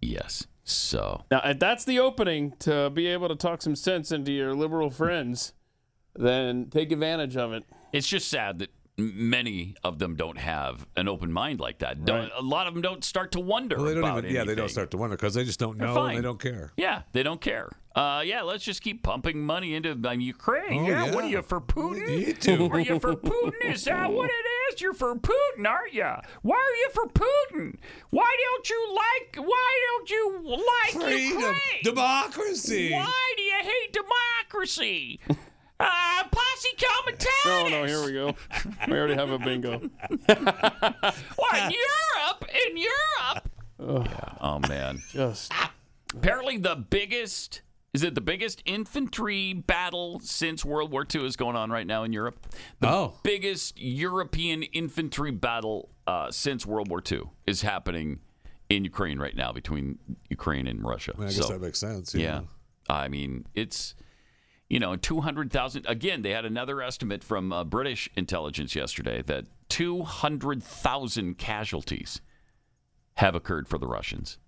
Yes. So
Now, if that's the opening to be able to talk some sense into your liberal friends, then take advantage of it.
It's just sad that m- many of them don't have an open mind like that. Don't, A lot of them don't start to wonder
Well, they don't
about
even. Yeah, they don't
anything.
start to wonder because they just don't
They're
know
fine.
and they don't care.
Yeah, they don't care. Uh, yeah, let's just keep pumping money into um, Ukraine.
Oh,
yeah, what are
yeah.
you for Putin?
You do.
Are you for Putin? Is
*laughs*
that what it is? You're for Putin, aren't you? Why are you for Putin? Why don't you like? Why don't you like
Freedom.
Ukraine?
Democracy.
Why do you hate democracy? *laughs* uh, posse
No,
comitatus.
no, here we go. We already have a bingo.
What in Europe? In Europe?
Yeah.
Oh man.
Just
Apparently, the biggest is it the biggest infantry battle since World War II is going on right now in Europe. The
oh,
biggest European infantry battle uh, since World War II is happening in Ukraine right now between Ukraine and Russia.
I, mean, I guess that makes sense.
yeah.
you know.
I mean it's you know two hundred thousand. Again, they had another estimate from uh, British intelligence yesterday that two hundred thousand casualties have occurred for the Russians.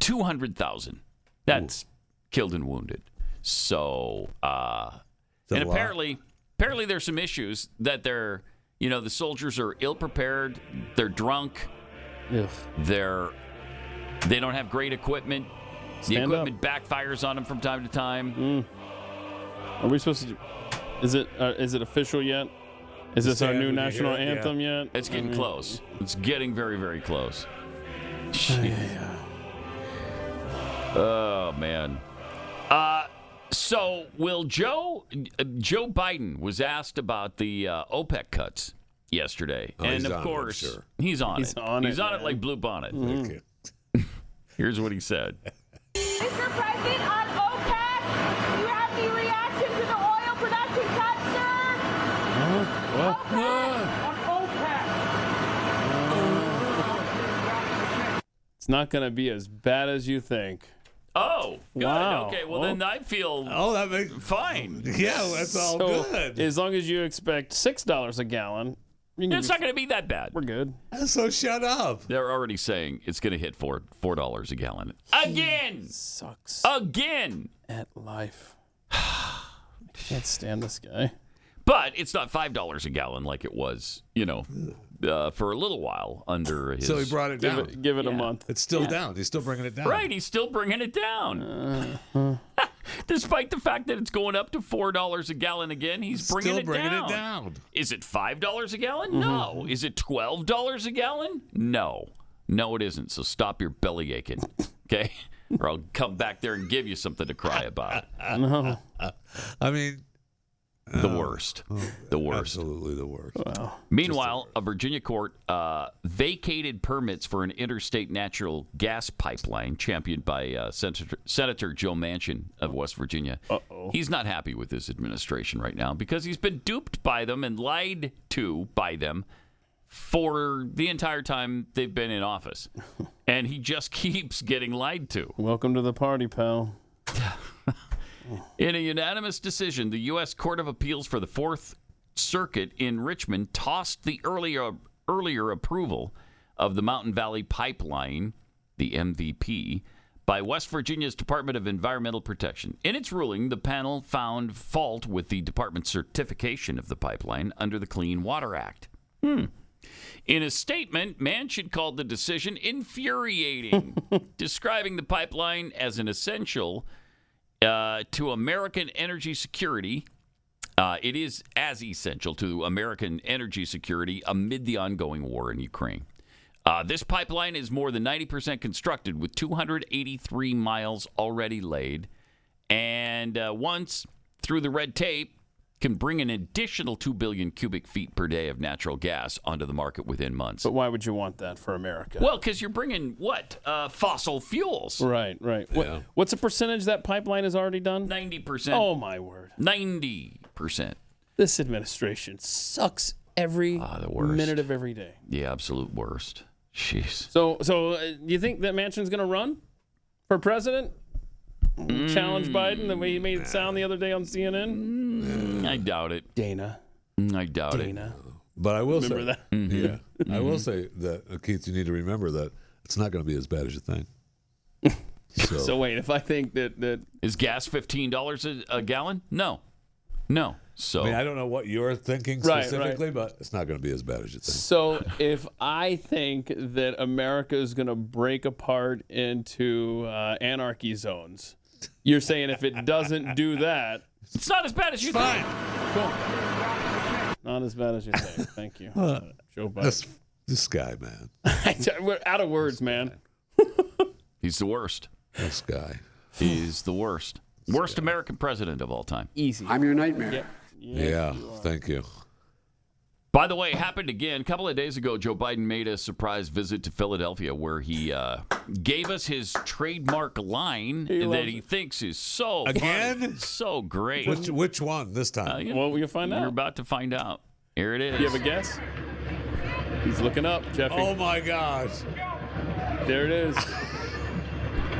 200,000. That's killed and wounded. So, uh,
a
and
lot.
apparently, apparently there's some issues that they're, you know, the soldiers are ill prepared, they're drunk, they're, they don't have great equipment. The
Stand up.
equipment backfires on them from time to time.
Are we supposed to? Is it uh, is it official yet? Is this our new national anthem yet?
It's getting
I mean-
close. It's getting very, very close. Jeez. Oh man. Uh, so will Joe uh, Joe Biden was asked about the uh, OPEC cuts yesterday,
Oh,
and
he's
of
on it,
course
sure.
he's on
He's
it.
on
he's
it,
on it
man.
like blue bonnet.
Mhm. Okay.
Here's what he said.
Mr. President, on OPEC, do you have any reaction to the oil production cut, sir? On OPEC.
It's not going to be as bad as you think.
Oh, good.
Wow.
Okay, well, then I feel
Oh,
that makes *laughs*
fine.
Oh,
So, As long as you expect six dollars a gallon,
It's not going to be that bad. We're
good.
So shut up.
They're already saying it's going to hit four four dollars a gallon again.
Sucks
again
at life. *sighs* I can't stand this guy.
But it's not five dollars a gallon like it was, you know, uh, for a little while under his.
So he brought it down.
Yeah.
It's still
Yeah.
down. He's still bringing it down. Uh-huh.
Right, he's still bringing it down, *laughs* despite the fact that it's going up to four dollars a gallon again. He's bringing,
Still
it,
bringing it
down.
down.
Is it five dollars a gallon? No. Is it twelve dollars a gallon? No. No, it isn't. So stop your belly aching, okay? *laughs* or I'll come back there and give you something to cry about.
No. I mean,
The worst. The worst.
Absolutely the worst.
Meanwhile, a Virginia court uh, vacated permits for an interstate natural gas pipeline championed by uh, Senator, Senator Joe Manchin of West Virginia. Uh-oh. He's not happy with his administration right now because he's been duped by them and lied to by them for the entire time they've been in *laughs* office. and he just *laughs* keeps getting lied to.
Welcome to the party, pal.
In a unanimous decision, the U.S. Court of Appeals for the Fourth Circuit in Richmond tossed the earlier earlier approval of the Mountain Valley Pipeline, the MVP, by West Virginia's Department of Environmental Protection. In its ruling, the panel found fault with the department's certification of the pipeline under the Clean Water Act. Hmm. In a statement, Manchin called the decision infuriating, *laughs* describing the pipeline as an essential uh, to American energy security. Uh, it is as essential to American energy security amid the ongoing war in Ukraine. Uh, this pipeline is more than 90% constructed, with 283 miles already laid. And uh, once through the red tape, can bring an additional 2 billion cubic feet per day of natural gas onto the market within months.
But why would you want that for America?
Well, because you're bringing what? Uh, fossil fuels.
Right, right. What, What's the percentage that pipeline has already done?
Ninety percent.
Oh my word!
90%.
This administration sucks every minute of every day.
The absolute worst. Jeez.
So, so uh, do you think that Manchin's going to run for president? Challenge Biden the way he made it sound the other day on CNN.
Mm, I doubt it.
Dana.
Mm, I doubt
Dana.
it.
But I will say,
Remember that?
*laughs* yeah, I will
Mhm.
say that uh, Keith, you need to remember that it's not going to be as bad as you *laughs* think. So,
So wait, if I think that that
Is gas fifteen dollars a gallon? No, no. So
I mean, I don't know what you're thinking
Right, right.
specifically, but it's not going to be as bad as you think.
So if I think that America is going to break apart into uh, anarchy zones, you're saying if it doesn't do that,
it's not as bad as you think.
not as bad as you think. Thank you,
Uh,
Joe Biden.
This, this guy, man,
*laughs* We're out of words, man.
He's the worst.
this guy.
He's the worst. Worst American president of all time.
Easy.
I'm your nightmare.
yeah, thank you.
By the way, it happened again. A couple of days ago, Joe Biden made a surprise visit to Philadelphia where he uh, gave us his trademark line
He
that
loves
he thinks is so funny,
Again?
so great.
Which which one this time?
Oh, yeah.
Well, we'll find
We're
out.
about to find out. Here it is.
You have a guess? He's looking up, Jeffy.
oh my God!
There it is.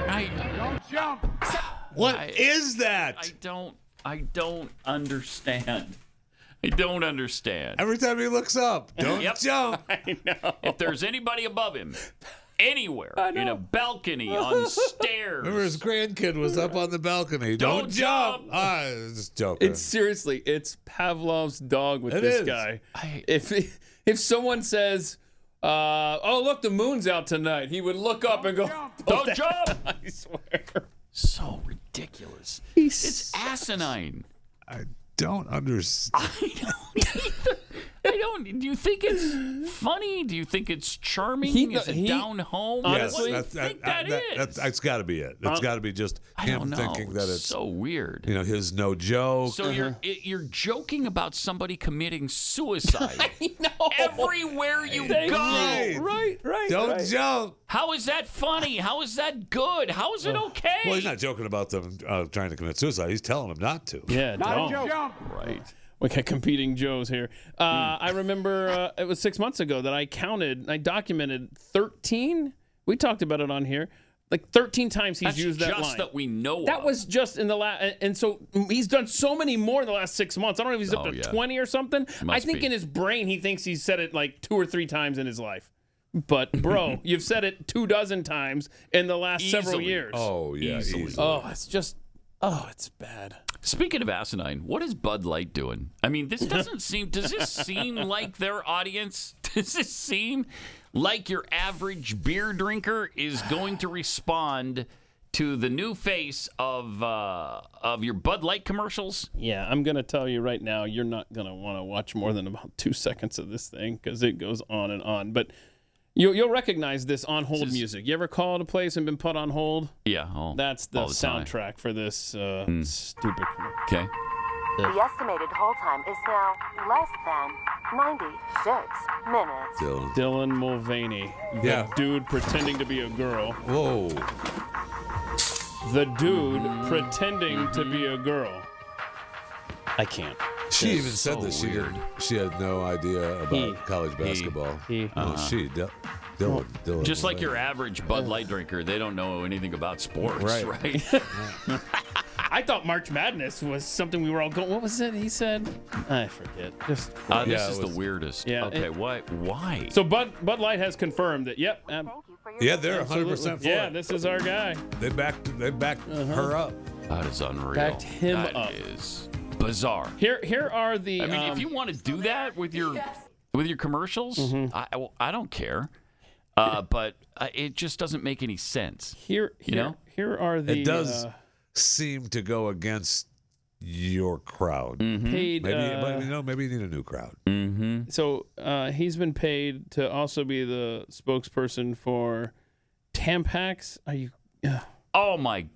I,
What is
I-
that?
I don't. I don't understand. I don't understand.
Every time he looks up, don't
Yep.
jump.
If there's anybody above him, anywhere, in a balcony, on
Remember
stairs,
his grandkid was up on the balcony. Don't,
Don't
jump.
jump.
Ah, it's joking.
It's seriously, it's Pavlov's dog with
It
this
is.
guy.
I-
If *laughs* if someone says, uh, "Oh, look, the moon's out tonight," he would look up and go,
don't jump.
*laughs* I swear.
So ridiculous. It's asinine.
I don't understand.
I don't either. I don't. Do you think it's funny? Do you think it's charming?
He-
is it
he-
down home? what do you think that is?
That's, that's got to be it. It's
Uh,
got to be just
I
him
don't know.
thinking that it's
so weird.
You know, his no joke.
So you're i- you're joking about somebody committing suicide everywhere you
They-
go.
Right,
right,
right,
Don't right. joke.
How is that funny? How is that good? How is it okay?
Well, he's not joking about them uh, trying to commit suicide. He's telling them not to.
Yeah, Not a don't. joke.
Right. Hmm.
We got competing Joes here. Uh, I
*laughs*
remember uh, it was six months ago that I counted, I documented 13. We talked about it on here. Like 13 times he's
That's
used that
just
line.
that we know
That
of.
was just in the last, and so he's done so many more in the last six months. I don't know if he's up
Oh,
to
yeah.
20 or something. I
Must
think
be.
in his brain he thinks he's said it like two or three times in his life.
*laughs*
But bro, you've said it two dozen times in the last several
Easily.
years.
Oh, yeah, Easily. easily.
Oh, it's just oh, it's bad.
Speaking of asinine, what is Bud Light doing? I mean, this doesn't seem. Does this seem like their audience? *laughs* Does this seem like your average beer drinker is going to respond to the new face of uh, of your Bud Light commercials?
Yeah, I'm gonna tell you right now, you're not gonna want to watch more than about two seconds of this thing because it goes on and on. But you, you'll recognize this on hold music. You ever called a place and been put on hold?
Yeah, oh, all,
That's the,
all the time.
soundtrack for this uh, stupid.
Okay.
The estimated hold time is now less than 96 minutes.
Dylan.
Dylan Mulvaney. The
Yeah.
dude pretending to be a girl.
Whoa.
The dude pretending to be a girl. I can't. That's
She even said
so
that she didn't. She had no idea about
He-
college basketball.
he-
No,
Uh-huh.
she. Dylan. Dylan. Dylan
Just like
Mulvaney.
your average Bud Light drinker, they don't know anything about sports,
Right.
right?
*laughs* I thought March Madness was something we were all going. What was it he said? I forget. Just
Uh, this
Yeah, it
is
was-
the weirdest.
yeah,
Okay.
it-
why? Why?
So Bud Bud Light has confirmed that. Yep. Um,
Yeah, they're 100% for
Yeah,
it.
this is our guy.
They backed. They backed
Uh-huh.
her up.
That is unreal.
Backed him
That
up.
is bizarre.
Here, here are the.
I mean, if
um,
you want to do that with your with your commercials,
Mm-hmm.
I, I, well, I don't care. Uh, but uh, it just doesn't make any sense.
Here,
you know,
here are the.
it does
uh,
seem to go against your crowd.
Mm.
Paid,
maybe,
uh,
but, you know, maybe you need a new crowd.
Mm-hmm.
So uh, he's been paid to also be the spokesperson for Tampax. Are you?
Oh my!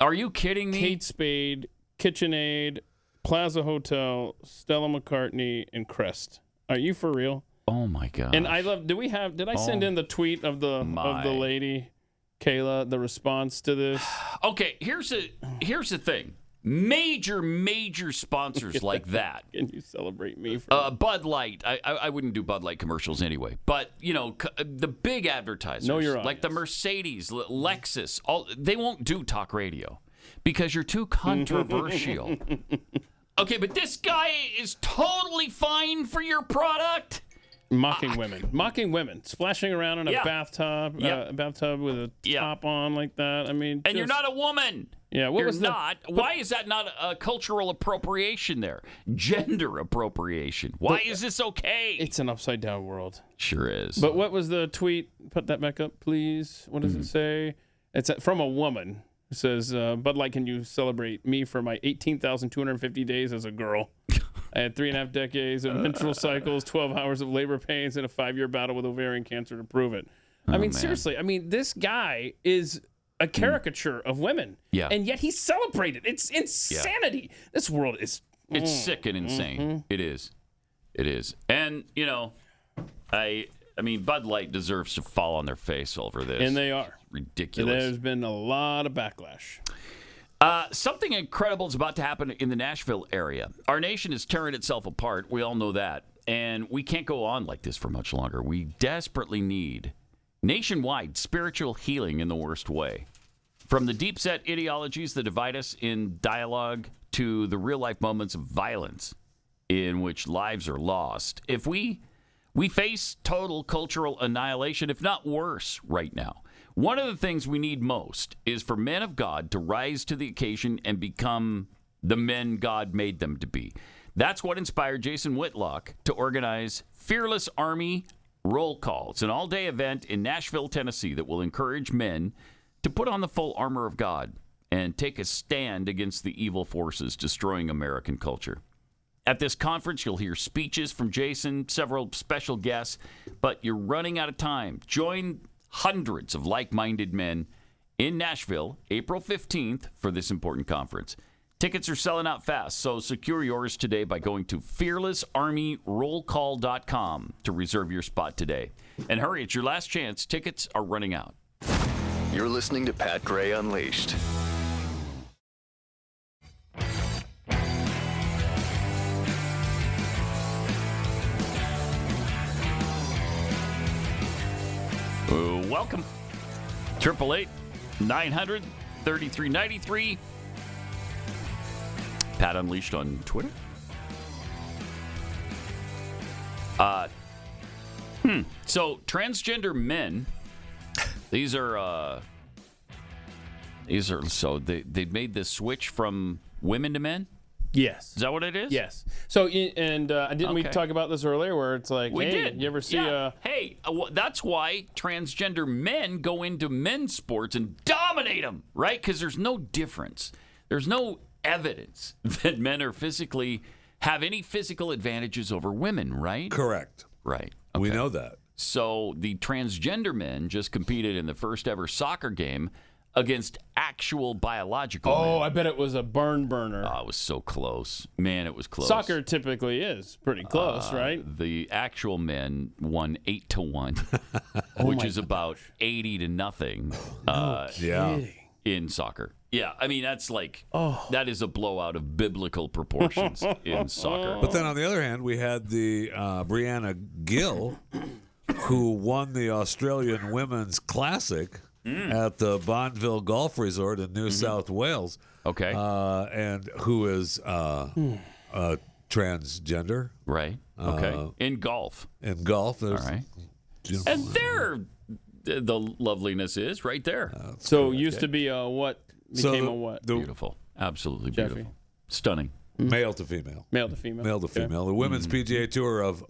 Are you kidding me?
Kate Spade, KitchenAid, Plaza Hotel, Stella McCartney, and Crest. Are you for real?
Oh my god!
And I love. Do we have? Did I send
Oh
in the tweet of the of
my.
the lady, Kayla? The response to this.
okay, here's a here's the thing. Major, major
*laughs*
sponsors like that.
Can you celebrate me? For
uh, Bud Light. I, I I wouldn't do Bud Light commercials anyway. But you know c- uh, the big advertisers,
Know your
like the Mercedes, Le- Lexus, all they won't do talk radio because you're too
*laughs*
controversial. okay, but this guy is totally fine for your product.
mocking women, mocking women, splashing around in a
Yeah.
bathtub,
Yep.
uh, bathtub with a top on like that. I mean,
And you're
just-
not a woman.
Yeah, what
you're
was the- *laughs*
not. Why is that not a cultural appropriation there? Gender appropriation. Why is this okay?
It's an upside down world.
Sure is.
But what was the tweet? Put that back up, please. What does it say? It's from a woman. It says, uh, "Bud Light, can you celebrate me for my 18,250 days as a girl? I had three and a half decades of menstrual cycles, 12 hours of labor pains, and a five-year battle with ovarian cancer to prove it." I mean, seriously. I mean, this guy is a caricature of women.
Yeah.
And yet he's celebrated. It's insanity. This world is.
It's
Mm.
sick and insane. It is. It is. And you know, I I mean Bud Light deserves to fall on their face over this.
And they are. And
ridiculous.
there's been a lot of backlash.
Uh, something incredible is about to happen in the Nashville area. Our nation is tearing itself apart. We all know that. And we can't go on like this for much longer. We desperately need nationwide spiritual healing in the worst way. From the deep set ideologies that divide us in dialogue to the real life moments of violence in which lives are lost. If we we face total cultural annihilation, if not worse, right now. One of the things we need most is for men of God to rise to the occasion and become the men God made them to be. That's what inspired Jason Whitlock to organize Fearless Army Roll Call. It's an all day event in Nashville, Tennessee that will encourage men to put on the full armor of God and take a stand against the evil forces destroying American culture. At this conference, you'll hear speeches from Jason, several special guests, but you're running out of time. Join hundreds of like minded men in Nashville April 15th for this important conference. Tickets are selling out fast, so secure yours today by going to fearlessarmyrollcall.com to reserve your spot today. And hurry, it's your last chance. Tickets are running out.
You're listening to Pat Gray Unleashed.
Uh, welcome. Triple eight nine hundred thirty three ninety three. Pat Unleashed on Twitter. Uh, hmm. So transgender men. These are uh, these are so they they made this switch from women to men.
Yes.
Is that what it is?
Yes. So y- and uh, didn't we
Okay.
talk about this earlier? Where it's like,
We
hey,
did.
you ever see
Yeah.
uh
Hey, uh, wh- that's why transgender men go into men's sports and dominate them, right? Because there's no difference. There's no evidence *laughs* that men are physically have any physical advantages over women, right?
Correct.
Right.
We know that.
So the transgender men just competed in the first ever soccer game against actual biological
Oh,
men.
I bet it was a burn burner.
Ah,
Oh, it was so close. Man, it was close.
Soccer typically is pretty close,
Ah,
Uh,
right?
The actual men won eight to
*laughs*
one,
Oh
which is about eighty to
*gasps*
nothing. uh,
Yeah.
in soccer. Yeah, I mean that's like
Oh.
that is a blowout of biblical proportions
*laughs*
in soccer.
But then on the other hand, we had the uh, Brianna Gill, who won the Australian Women's Classic
Mm.
at the Bonneville Golf Resort in
Mm-hmm.
New South Wales.
Okay.
Uh, and who is uh,
Hmm.
uh, transgender.
Right. Okay.
Uh,
in golf.
in golf. There's,
All
*laughs*
right.
you know,
And there, th- the loveliness is right there.
Uh,
So used to be a what became a what?
beautiful. Absolutely
Jeffrey.
beautiful. Stunning.
Male to female.
Male to female.
Male to
Okay.
female. The women's PGA Tour of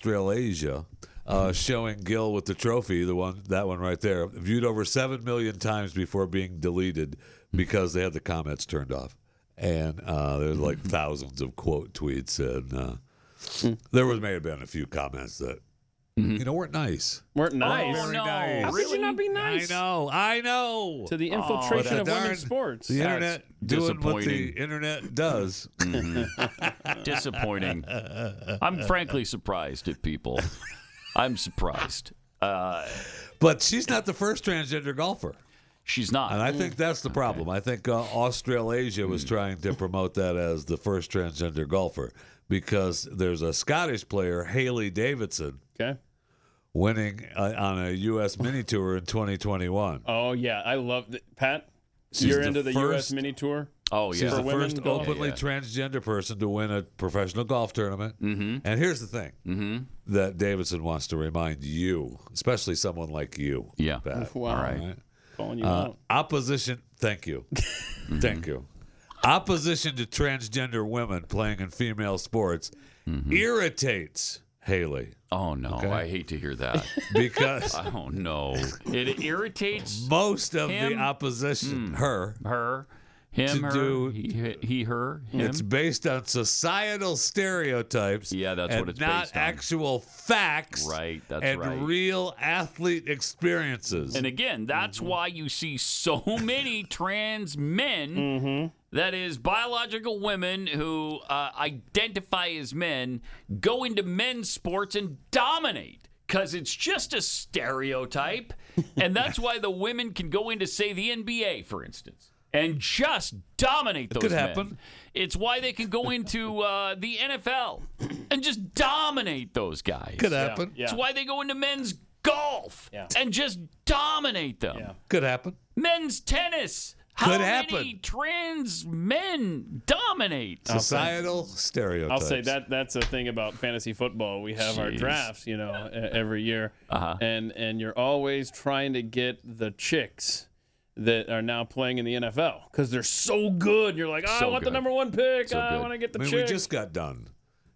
Australasia, uh, showing Gill with the trophy, the one that one right there, viewed over seven million times before being deleted because they had the comments turned off, and uh, there's like thousands of quote tweets, and uh, there was may have been a few comments that you know weren't nice.
Weren't nice.
Oh, no. nice.
How could you not be nice?
I know. I know.
To the
Oh,
infiltration
the
of women's
darn-
sports.
The internet doing what the
disappointing.
internet does.
*laughs*
disappointing. I'm frankly surprised at
*laughs*
people. I'm surprised. Uh,
But she's not the first transgender golfer.
She's not.
And I think that's the problem. I think uh, Australasia was trying to promote that as the first transgender golfer because there's a Scottish player, Haley Davidson,
okay.
winning uh, on a U.S. mini tour in 2021.
Oh yeah, I love th- Pat.
She's
you're
the
into the U.S.
first-
mini tour.
oh
She's
yeah,
the
For women
first
golf?
openly
Yeah.
transgender person to win a professional golf tournament. Mm-hmm. And here's the thing that Davidson wants to remind you, especially someone like you.
Yeah.
Pat,
Wow.
all right?
Calling you
Uh,
out.
opposition. Thank
*laughs*
you. Thank you. Opposition to transgender women playing in female sports
Mm-hmm.
irritates Haley
Oh no,
Okay.
I hate to hear that. *laughs*
because
oh no, it irritates
most of the
Him? Mm.
opposition, her,
her, him,
To
her,
do-
he, he, her, him.
it's based on societal stereotypes.
Yeah, that's
and
what it's
not
based on.
actual facts.
Right, that's
and
right.
real athlete experiences.
and again, that's
Mm-hmm.
why you see so *laughs* many trans men.
Mm-hmm.
that is, biological women who uh, identify as men go into men's sports and dominate because it's just a
*laughs*
stereotype. and that's why the women can go into, say, the NBA, for instance. And just dominate those
could
men.
happen.
It's why they can go into uh, the NFL and just dominate those guys.
could happen.
Yeah.
It's why they go into men's golf and just dominate them.
Yeah.
Could happen.
Men's tennis. How
Could
many
happen.
trans men dominate?
Societal stereotypes.
I'll say that that's a thing about fantasy football. We have our
Jeez.
drafts, you know, e- every year,
Uh-huh.
and and you're always trying to get the chicks that are now playing in the NFL because they're so good. You're like, "Oh, I
So
want
good.
the number one pick. Ah,
So
I
good.
want to get the
I mean, we
chick.
just got done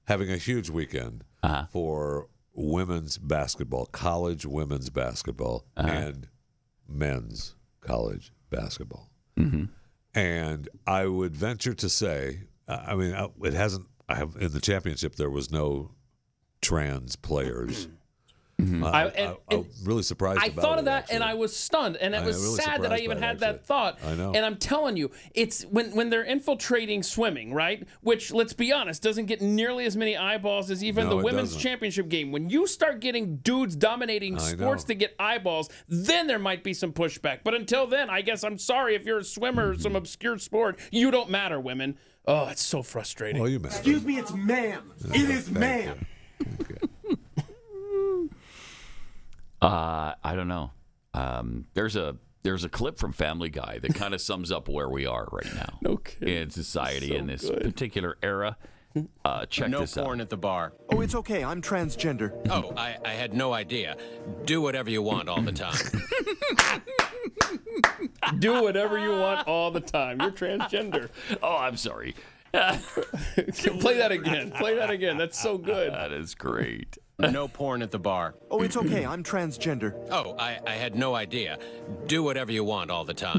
having a huge weekend
Uh-huh.
for women's basketball, college women's basketball, and men's college basketball. And I would venture to say, I I mean, I- it hasn't I have in the championship there was no trans players. I,
I-
I,
and-
I- I'm really surprised.
I
about
thought
it,
of that
actually.
and I was stunned, and
I
it
am
was
really
sad that I
surprised
even
by it,
had that thought.
I know.
And I'm telling you, it's when when they're infiltrating swimming, right? Which let's be honest, doesn't get nearly as many eyeballs as even
No,
the
it
women's
doesn't.
championship game. When you start getting dudes dominating
I
sports
know.
to get eyeballs, then there might be some pushback. But until then, I guess I'm sorry if you're a swimmer or
Mm-hmm.
some obscure sport, you don't matter, women. Oh, it's so frustrating. Oh,
you
Excuse me, it's ma'am. It is ma'am.
Uh, I don't know. Um, there's a there's a clip from Family Guy that kind of sums up where we are right
*laughs*
now. in society in this particular era. Uh, check
no
this out.
porn at the bar. Oh, it's okay. I'm transgender. Oh, I, I had no idea. Do whatever you want all the time.
Do whatever you want all the time. You're
*laughs*
transgender.
oh, I'm sorry.
Play that again. Play that again. That's so good.
That is great.
no porn at the bar.
Oh, it's okay. I'm transgender.
Oh, I, I had no idea. Do whatever you want all the time.
*laughs*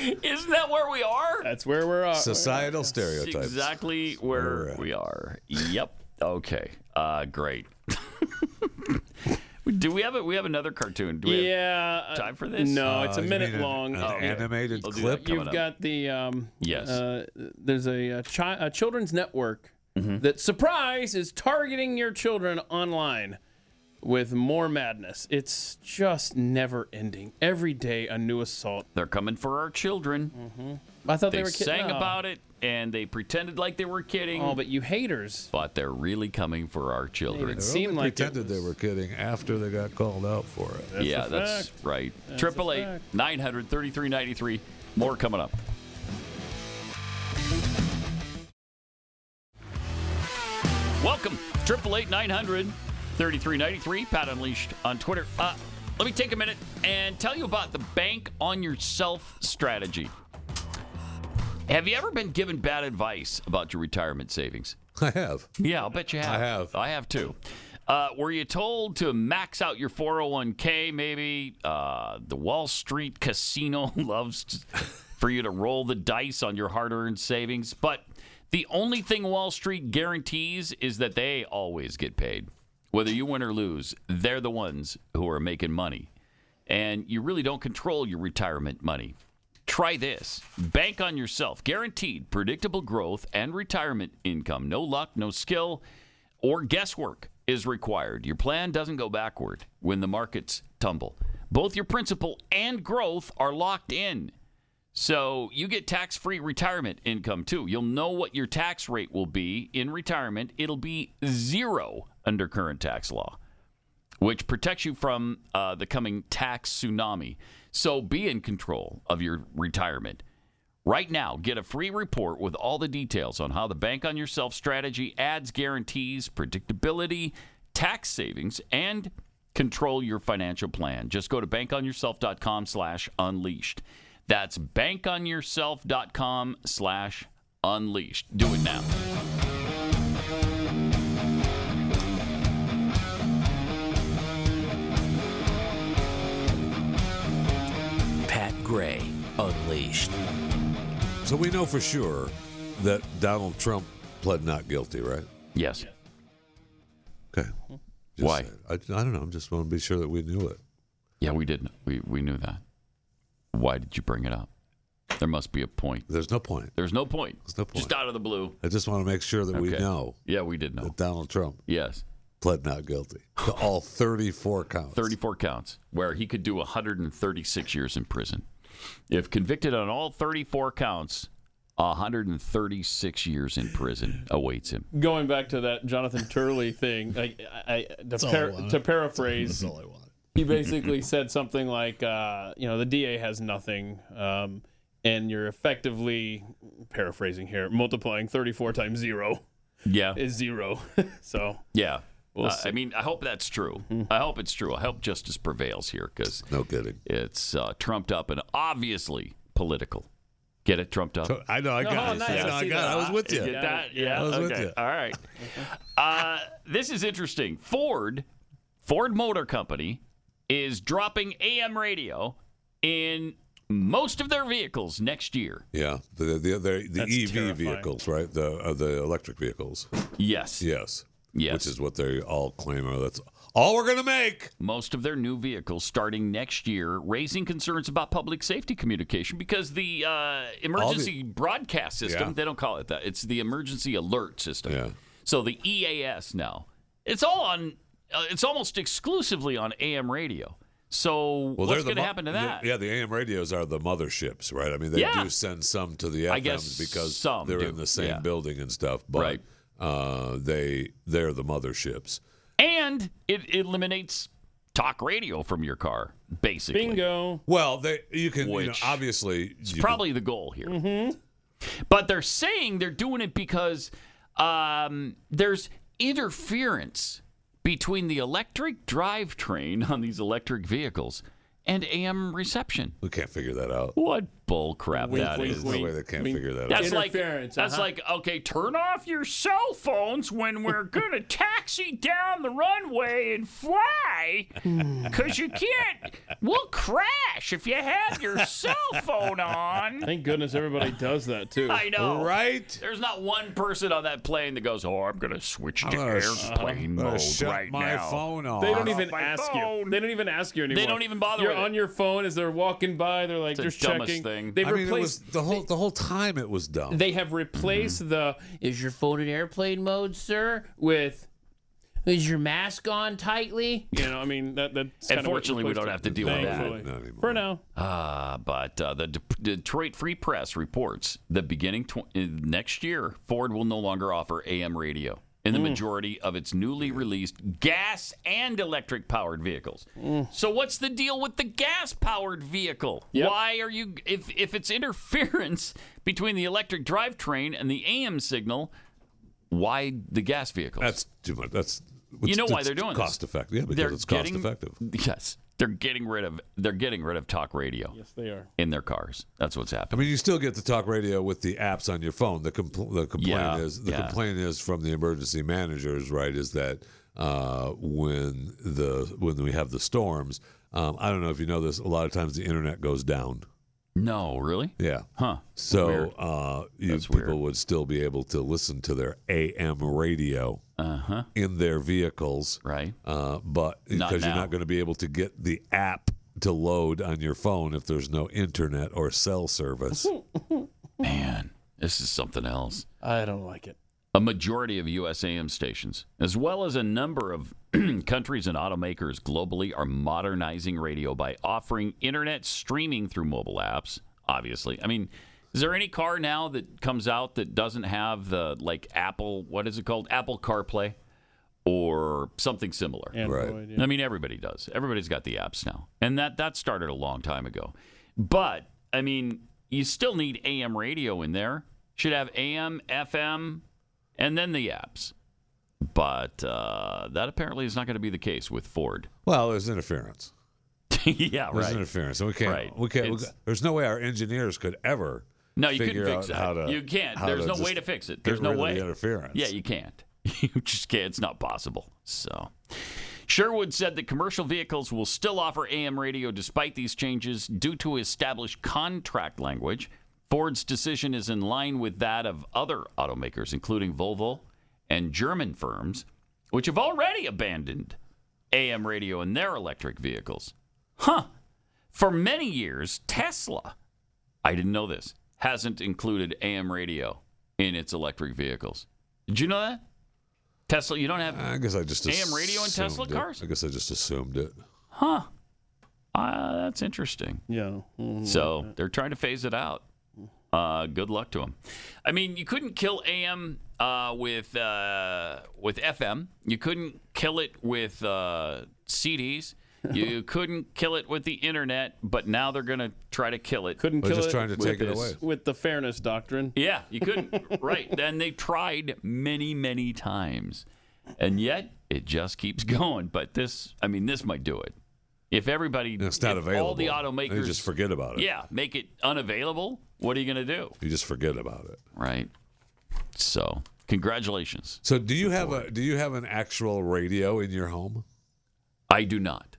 Isn't that where we are?
That's where we're at.
Societal stereotypes.
That's exactly where we are. Yep. Okay. Uh, great. *laughs* Do we have a, we have another cartoon? Do we have
yeah. uh,
time for this?
No, it's a minute long. Oh,
animated
We'll do that
clip.
coming
You've
up.
got the um,
Yes.
Uh, there's a, uh chi- a children's network
Mm-hmm.
that surprise is targeting your children online with more madness. It's just never ending. Every day a new assault.
They're coming for our children.
I thought they,
they
were kidding.
sang
No.
about it and they pretended like they were kidding.
Oh, but you haters.
But they're really coming for our children.
They only pretended they were kidding after they got called out for it.
yeah, that's right.
That's a
Triple eight nine hundred thirty three ninety three. More coming up. Welcome, triple eight nine hundred thirty three ninety three. Pat Unleashed on Twitter. Uh, let me take a minute and tell you about the bank on yourself strategy. Have you ever been given bad advice about your retirement savings?
*laughs* I have.
Yeah, I'll bet you have. I have. I have too. Uh, were you told to max out your 401k? Maybe uh, the Wall Street casino *laughs* loves t- for you to roll the dice on your hard earned savings. But the only thing Wall Street guarantees is that they always get paid. Whether you win or lose, they're the ones who are making money. And you really don't control your retirement money. Try this. Bank on yourself. Guaranteed predictable growth and retirement income. No luck, no skill, or guesswork is required. Your plan doesn't go backward when the markets tumble. Both your principal and growth are locked in. So you get tax free retirement income too. You'll know what your tax rate will be in retirement. It'll be zero under current tax law which protects you from uh, the coming tax tsunami. So be in control of your retirement. Right now, get a free report with all the details on how the Bank on Yourself strategy adds guarantees, predictability, tax savings, and control your financial plan. Just go to bankonyourself.com slash unleashed. That's bankonyourself.com slash unleashed. Do it now.
Pat Gray Unleashed.
So we know for sure that Donald Trump pled not guilty, right?
Yes.
Okay. Why? I, I don't know. I am just want to be sure that we knew it.
Yeah, we didn't. We, we knew that. Why did you bring it up? There must be a point.
There's no point.
There's no point.
There's no point.
Just out of the blue.
I just want to make sure that we
Okay.
know.
Yeah, we did know.
That Donald Trump.
Yes.
Pled not guilty to all 34 counts.
34 counts, where he could do 136 years in prison. If convicted on all 34 counts, 136 years in prison awaits him.
Going back to that Jonathan Turley thing, like I, I, to,
all I
par-
wanted.
to paraphrase,
That's all I
he basically *laughs* said something like, uh, "You know, the DA has nothing, um, and you're effectively paraphrasing here, multiplying 34 times zero
Yeah.
is zero." *laughs* so
Yeah.
We'll
Uh,
see. Hmm.
I mean, I hope that's true. I hope it's true. I hope justice prevails here because
no kidding,
it's uh, trumped up and obviously political. Get it trumped up.
I know. I
No,
got
oh,
it.
nice.
I, know,
I
I
see
got it.
that.
I was with
You
you.
get that? Yeah,
I was with
okay.
you.
All right. Uh, this is interesting. Ford, Ford Motor Company, is dropping AM radio in most of their vehicles next year.
Yeah, the the the, the, the
That's
EV
terrifying.
vehicles, right? The uh, the electric vehicles.
Yes.
Yes.
Yes.
Which is what they all claim are. That's all we're going to make.
Most of their new vehicles starting next year, raising concerns about public safety communication because the uh, emergency broadcast system,
Yeah.
they don't call it that, it's the emergency alert system.
Yeah.
So the EAS now, it's all on, uh, it's almost exclusively on AM radio. So
Well,
what's
they're
going
the
to
mo-
happen to that?
Yeah, the AM radios are the motherships, right? I mean, they
Yeah.
do send some to the FMs
I guess
because
some
they're
do,
in the same
yeah.
building and stuff, but
Right.
uh, they they're the motherships.
And it eliminates talk radio from your car, basically.
Bingo.
Well, they you can you know,
Which-
obviously
It's probably the goal here.
Mm-hmm.
But they're saying they're doing it because um, there's interference between the electric drivetrain on these electric vehicles and AM reception.
We can't figure that out.
What bull crap
Wink,
that
wink,
is.
wink. There's no way they can't figure that out.
That's like
Interference,
that's
uh-huh.
like okay, turn off your cell phones when we're
*laughs*
gonna taxi down the runway and fly,
Hmm.
cause you can't. We'll crash if you have your cell phone on.
*laughs* Thank goodness everybody does that
*laughs*
too.
I know. There's not one person on that plane that goes, Oh, I'm going to switch to
I'm gonna sh- I'm
airplane
gonna
mode
shut
right
my
now.
phone off. They don't even
My
ask you.
phone.
They don't even ask you anymore.
don't even bother
You're
with it.
on your phone as they're walking by. They're like
the
just
dumbest
checking.
thing.
They've
I mean,
replaced.
it was the whole the whole time it was dumb.
They have replaced the "Is your phone in airplane mode, sir?" with "Is your mask on tightly?" You know, I mean that. That's kinda what
Unfortunately, we
replaced
don't
it.
have to deal with
Thankfully.
that.
For now,
Uh, but uh, the D- Detroit Free Press reports that beginning tw- uh, next year, Ford will no longer offer AM radio in
Hmm.
the majority of its newly released gas and electric powered vehicles.
Hmm.
So what's the deal with the gas powered vehicle?
Yep.
Why are you if if it's interference between the electric drivetrain and the AM signal, why the gas vehicles?
That's too much. That's
you know why
it's
they're doing this.
cost effective. Yeah, because
They're
it's cost
getting-
effective.
Yes, they're getting rid of they're getting rid of talk radio. Yes,
they are
in their cars. That's what's happening.
I mean, you still get the talk radio with the apps on your phone. The, compl- the complaint
Yeah,
is the
yeah.
complaint is from the emergency managers, right? Is that uh, when the when we have the storms? Um, I don't know if you know this. A lot of times the internet goes down.
No, really?
Yeah.
Huh. Weird.
So uh, you, people would still be able to listen to their AM
*laughs*
radio in their vehicles,
Uh-huh. right?
Uh, but
Not
because you're
now.
not going to be able to get the app to load on your phone if there's no internet or
*laughs*
cell service.
Man, this is something else.
I don't like it.
A majority of U.S. AM stations, as well as a number of *clears throat* countries and automakers globally, are modernizing radio by offering internet streaming through mobile apps. Obviously, I mean, is there any car now that comes out that doesn't have the like Apple? What is it called? Apple CarPlay or something similar?
Android, Right. yeah.
I mean, everybody does. Everybody's got the apps now, and that that started a long time ago. But I mean, you still need AM radio in there. Should have AM, FM, and then the apps. But uh, that apparently is not going to be the case with Ford. *laughs*
Well, there's interference.
yeah,
There's
right.
interference. We can't.
Right.
We can't. We,
It's-
there's no way our engineers could ever.
No, you
figure
couldn't fix
out
that.
How to,
you can't.
how
There's no
to
way
just
to fix it.
get
There's no
rid of
way.
the interference.
Yeah, you can't. *laughs* You just can't. It's not possible. So, Sherwood said that commercial vehicles will still offer AM radio despite these changes due to established contract language. Ford's decision is in line with that of other automakers, including Volvo and German firms, which have already abandoned AM radio in their electric vehicles. Huh. For many years, Tesla, I didn't know this, hasn't included AM radio in its electric vehicles. Did you know that? Tesla, you don't have
I guess I just
AM radio in Tesla
assumed it.
cars?
I guess I just assumed it.
Huh. Uh, that's interesting.
Yeah.
So they're trying to phase it out. Uh, good luck to them. I mean, you couldn't kill AM uh, with uh, with FM. You couldn't kill it with uh, CDs. You couldn't kill it with the internet. But now they're going to try to kill it.
Couldn't kill it
this.
with this- with the fairness doctrine.
Yeah, you
*laughs*
couldn't. right. Then they tried many, many times. And yet it just keeps *laughs* going. But this, I mean, this might do it. If everybody,
It's not
if
available.
all the
You
automakers
just forget about it.
Yeah, make it unavailable. What are you going to do?
You just forget about it.
Right. So, congratulations.
So do you have a do you have an actual radio in your home?
I do not.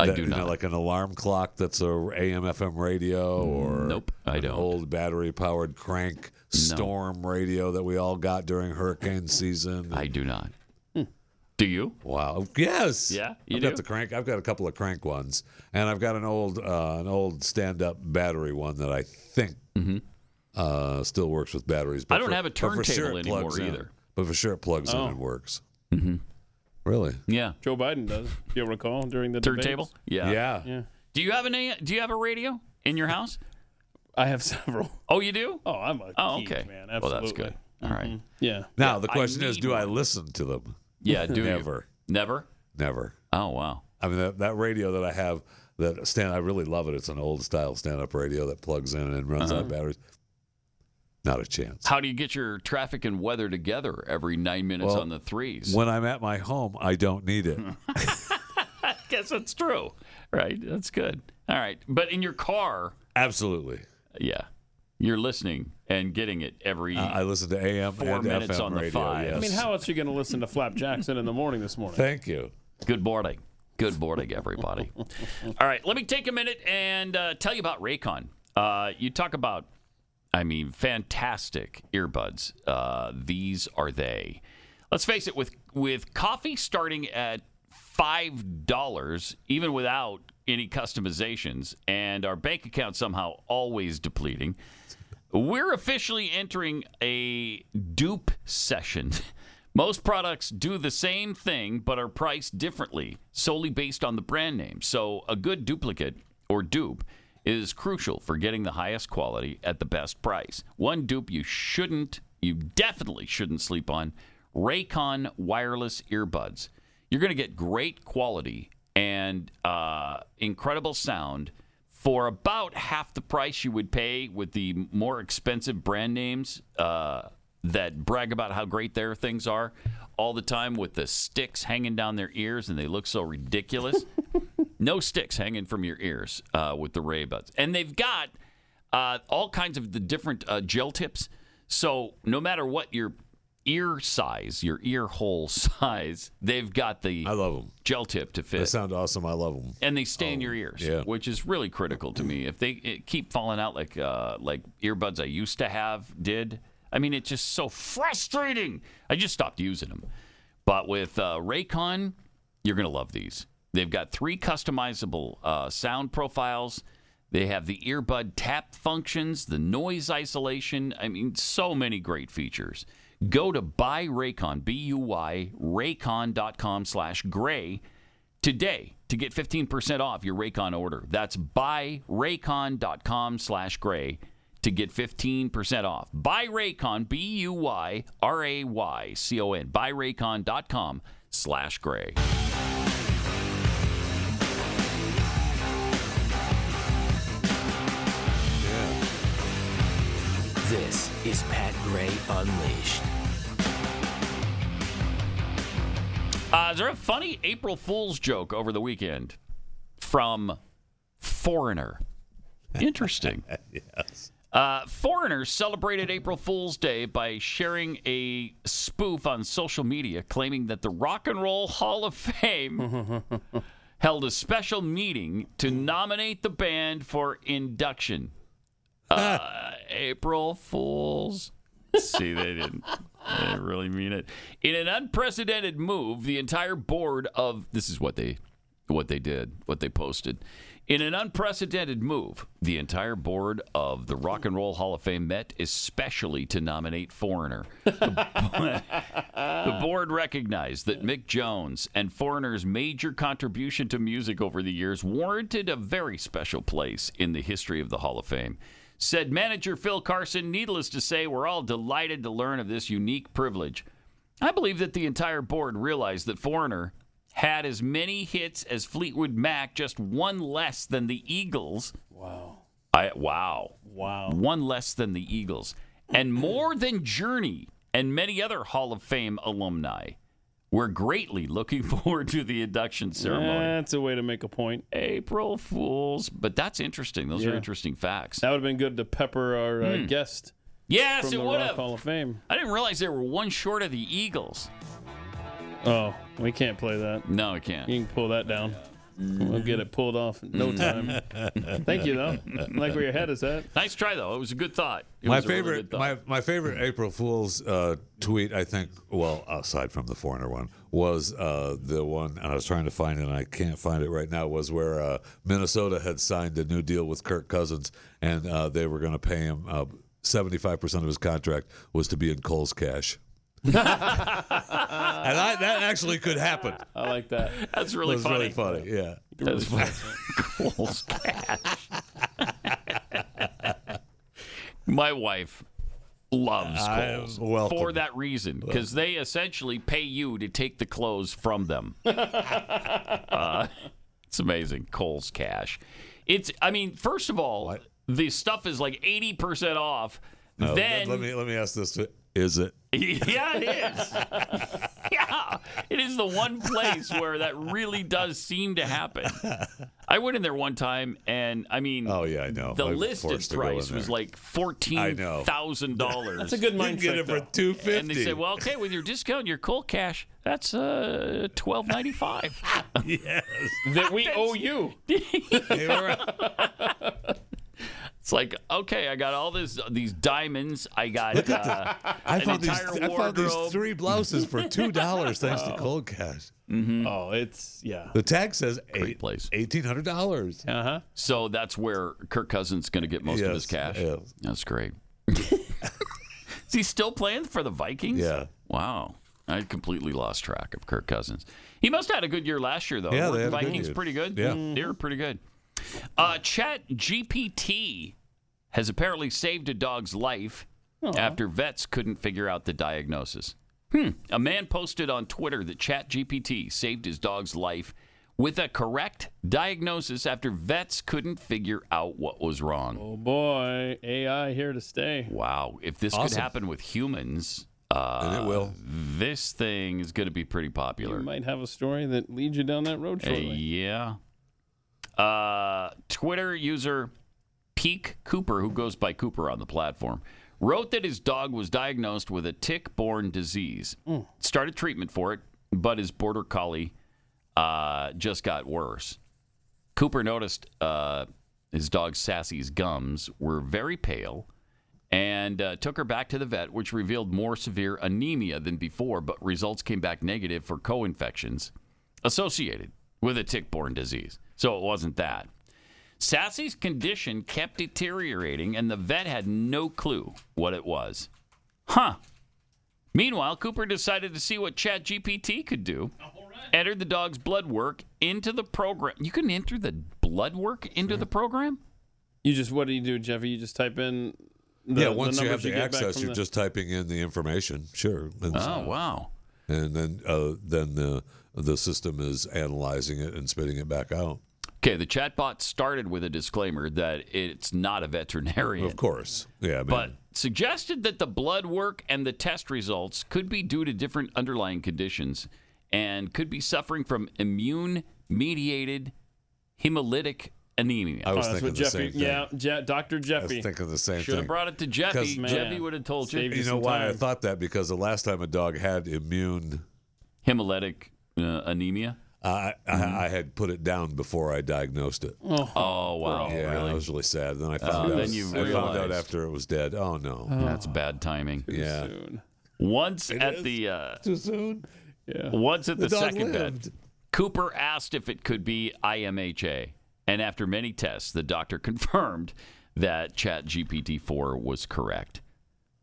I
That-
do
you know,
not.
like an alarm clock that's a AM FM radio
Mm,
or nope, I don't. old battery powered crank storm radio that we all got during hurricane season. I
do not.
Hmm.
Do you?
Wow. Yes.
Yeah, you
I've
do?
got the crank. I've got a couple of crank ones, and I've got an old uh, an old stand up battery one that I think uh, still works with batteries.
Mm-hmm. I don't have a
but for
turntable
it
anymore
plugs in.
either.
But for sure, it plugs
Oh.
in and works. Mm-hmm. Really?
Yeah.
Joe Biden does. if You'll recall during the
Turntable?
debates.
Yeah.
Yeah.
Do you have an A- Do you have a radio in your house?
I have *laughs* several.
Oh, you do?
Oh, I'm a
Oh,
geek,
okay.
man.
Well, that's
Absolutely. Mm-hmm.
good. All right.
Yeah.
Now
Yeah,
the
I
question is,
need
do I
one.
listen to them? *laughs*
Yeah, do you?
never,
never,
never.
Oh wow!
I mean that, that radio that I have that stand I really love it. It's an old style stand up radio that plugs in and runs
Uh-huh.
out of batteries. Not a chance.
How do you get your traffic and weather together every nine minutes
Well,
on the threes?
When I'm at my home, I don't
*laughs*
need it.
I *laughs* guess that's true. Right. That's good. All right. But in your car,
absolutely.
Yeah. You're listening and getting it every.
Uh, I listen to AM
four
and
minutes
FM
on the
radio.
five.
Yes.
I mean, how else are you going to listen to Flap Jackson in the morning this morning? *laughs*
Thank you.
Good morning. Good morning, everybody. *laughs* All right, let me take a minute and uh, tell you about Raycon. Uh, you talk about, I mean, fantastic earbuds. Uh, these are they. Let's face it, with with coffee starting at five dollars, even without any customizations, and our bank account somehow always depleting, we're officially entering a dupe session. *laughs* Most products do the same thing but are priced differently, solely based on the brand name. So, a good duplicate or dupe is crucial for getting the highest quality at the best price. One dupe you shouldn't, you definitely shouldn't sleep on Raycon wireless earbuds. You're going to get great quality and uh, incredible sound for about half the price you would pay with the more expensive brand names uh, that brag about how great their things are all the time with the sticks hanging down their ears and they look so ridiculous. no sticks hanging from your ears uh, with the Ray Buds. And they've got uh, all kinds of the different uh, gel tips. So no matter what your ear size, your ear hole *laughs* size, they've got the I
love them.
gel tip to fit
They sound awesome. I love them.
and they stay in your ears,
yeah.
which is really critical to me. If they it keep falling out like uh, like earbuds I used to have did, I mean, it's just so frustrating. I just stopped using them. But with uh, Raycon, you're gonna love these. They've got three customizable uh, sound profiles. They have the earbud tap functions, the noise isolation. I mean, so many great features. Go to buy Raycon, B U Y, raycon.com slash gray today to get 15% off your Raycon order. That's buyraycon.com slash gray to get 15% off. Buy Raycon, B-U-Y-R-A-Y-C-O-N, buyraycon.com slash gray.
*laughs* This is Pat Gray Unleashed.
Uh, is there a funny April Fool's joke over the weekend from Foreigner? Interesting. yes. Uh, Foreigner celebrated April Fool's Day by sharing a spoof on social media claiming that the Rock and Roll Hall of Fame held a special meeting to nominate the band for induction. Uh, April Fools. See, they didn't. They didn't really mean it. In an unprecedented move, the entire board of this is what they what they did, what they posted. In an unprecedented move, the entire board of the Rock and Roll Hall of Fame met especially to nominate Foreigner. The board recognized that Mick Jones and Foreigner's major contribution to music over the years warranted a very special place in the history of the Hall of Fame. Said manager Phil Carson, needless to say, we're all delighted to learn of this unique privilege. I believe that the entire board realized that Foreigner had as many hits as Fleetwood Mac, just one less than the Eagles. Wow. I wow. Wow. One less than the Eagles. And more than Journey and many other Hall of Fame alumni. We're greatly looking *laughs* forward to the induction ceremony.
That's a way to make a point.
April Fools. But that's interesting. Those are interesting facts.
That would have been good to pepper our uh,
Hmm.
guest.
Yes,
from
it
the
would
Rock
have.
Hall of Fame.
I didn't realize they were one short of the Eagles.
Oh, we can't play that.
No, I can't.
You can pull that down. We'll get it pulled off in
Hmm.
no time. Thank you,
*laughs*
though. like where your head is at.
Nice try, though. It was a good thought. It
my
was a really
favorite,
good thought. Mm-hmm.
my, my favorite April Fool's uh, tweet, I think. Well, aside from the foreigner one, was uh, the one and I was trying to find it, and I can't find it right now. Was where uh, Minnesota had signed a new deal with Kirk Cousins, and uh, they were going to pay him seventy five percent of his contract was to be in Cole's cash. *laughs* and I, that actually could happen.
I like that.
*laughs* That's really
was
funny.
Really funny, yeah.
That's funny. *laughs* Cole's cash. My wife loves
I
Kohl's
welcome.
for that reason because they essentially pay you to take the clothes from
*laughs*
them. uh, it's amazing, Kohl's cash. It's, I mean, first of all, the stuff is like eighty percent off.
No,
then,
Oh, let me let me ask this: Is it?
yeah, it is. *laughs* yeah, it is the one place where that really does seem to happen. I went in there one time, and I mean, oh
yeah, I know.
The
I was
listed
forced to go in
price was
there.
like fourteen thousand dollars.
*laughs* That's a good You mind can get trick, it for though. $250.
And they said, "Well, okay, with your discount, your cold cash, that's uh twelve ninety five.
*laughs* Yes,
that we owe you.
It's like, okay, I got all this these diamonds. I got
Look at
uh,
the, I
an
found these.
entire
I found
wardrobe.
these three blouses for
*laughs*
two dollars thanks to cold cash.
Oh, it's yeah.
The tag says
Great place.
eighteen hundred dollars.
Uh huh.
So that's where Kirk Cousins is going to get most of his cash. That's great. *laughs* Is he still playing for the Vikings?
Yeah.
Wow. I completely lost track of Kirk Cousins. He must have had a good year last year, though.
Yeah,
Weren't
they
the
had a good
Vikings
year.
pretty good. Mm-hmm.
Yeah.
they were pretty good. Uh, Chat GPT has apparently saved a dog's life after vets couldn't figure out the diagnosis. Hmm. A man posted on Twitter that ChatGPT saved his dog's life with a correct diagnosis after vets couldn't figure out what was wrong.
Oh boy, AI here to stay.
Wow. If this could
Awesome.
happen with humans, uh,
And it will.
This thing is going to be pretty popular.
You might have a story that leads you down that road
Uh,
shortly.
yeah. Uh, Twitter user Peak Cooper, who goes by Cooper on the platform, wrote that his dog was diagnosed with a tick borne disease. Started treatment for it, but his border collie uh, just got worse. Cooper noticed uh, his dog Sassy's gums were very pale and uh, took her back to the vet, which revealed more severe anemia than before, but results came back negative for co infections associated with a tick borne disease. So it wasn't that. Sassy's condition kept deteriorating, and the vet had no clue what it was. Huh. Meanwhile, Cooper decided to see what ChatGPT could do. Entered the dog's blood work into the program. You can enter the blood work into the program?
You just what do you do, Jeffy? You just type in. The,
yeah, once
the
you have
numbers
the
get back
access,
from
you're
the-
just typing in the information. Sure. And,
Oh, wow.
And then uh, then the the system is analyzing it and spitting it back out.
Okay, the chatbot started with a disclaimer that it's not a veterinarian.
Of course. Yeah. I mean,
But suggested that the blood work and the test results could be due to different underlying conditions and could be suffering from immune mediated hemolytic anemia.
I was
Oh, that's
thinking
what
the
Jeffy.
same thing.
Yeah, Je- Dr.
I
Jeffy.
was thinking the same
Should
thing.
have brought it to
'Cause-
Jeffy.
Man.
Jeffy would have told you.
Saved
You know why I thought that? Because the last time a dog had immune
hemolytic uh, anemia,
I, I, I had put it down before I diagnosed it.
Oh, wow.
yeah,
really?
I was really sad. Then I
Oh,
found out.
then you
I found out
realized.
after it was dead. Oh no,
That's bad timing.
yeah.
Once at the uh,
Too soon.
Yeah.
Once at the,
The dog
second vet,
lived.
Cooper asked if it could be IMHA, and after many tests, the doctor *laughs* confirmed that ChatGPT 4 was correct.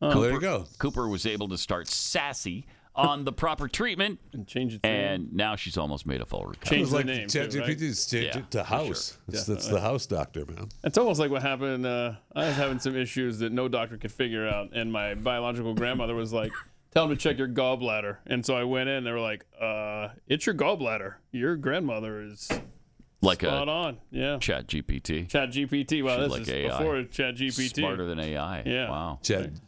Oh.
Well, there you go.
Cooper was able to start sassy on the proper
*laughs*
treatment,
and change it.
and now she's almost made a full recovery.
Change
It's
the
like
name too,
ChatGPT
right?
is changed
Yeah,
it to
for sure.
house. It's, that's the house doctor, man.
It's almost like what happened. Uh, I was having some issues that no doctor could figure out, and my biological grandmother was like, "Tell him to check your gallbladder." And so I went in. and They were like, uh, "It's your gallbladder. Your grandmother is
Like
spot
a
on." Yeah.
Chat GPT.
Chat GPT. Wow,
She's
this
like
is
AI.
before Chat GPT.
Smarter than AI.
Yeah.
Wow.
Chad,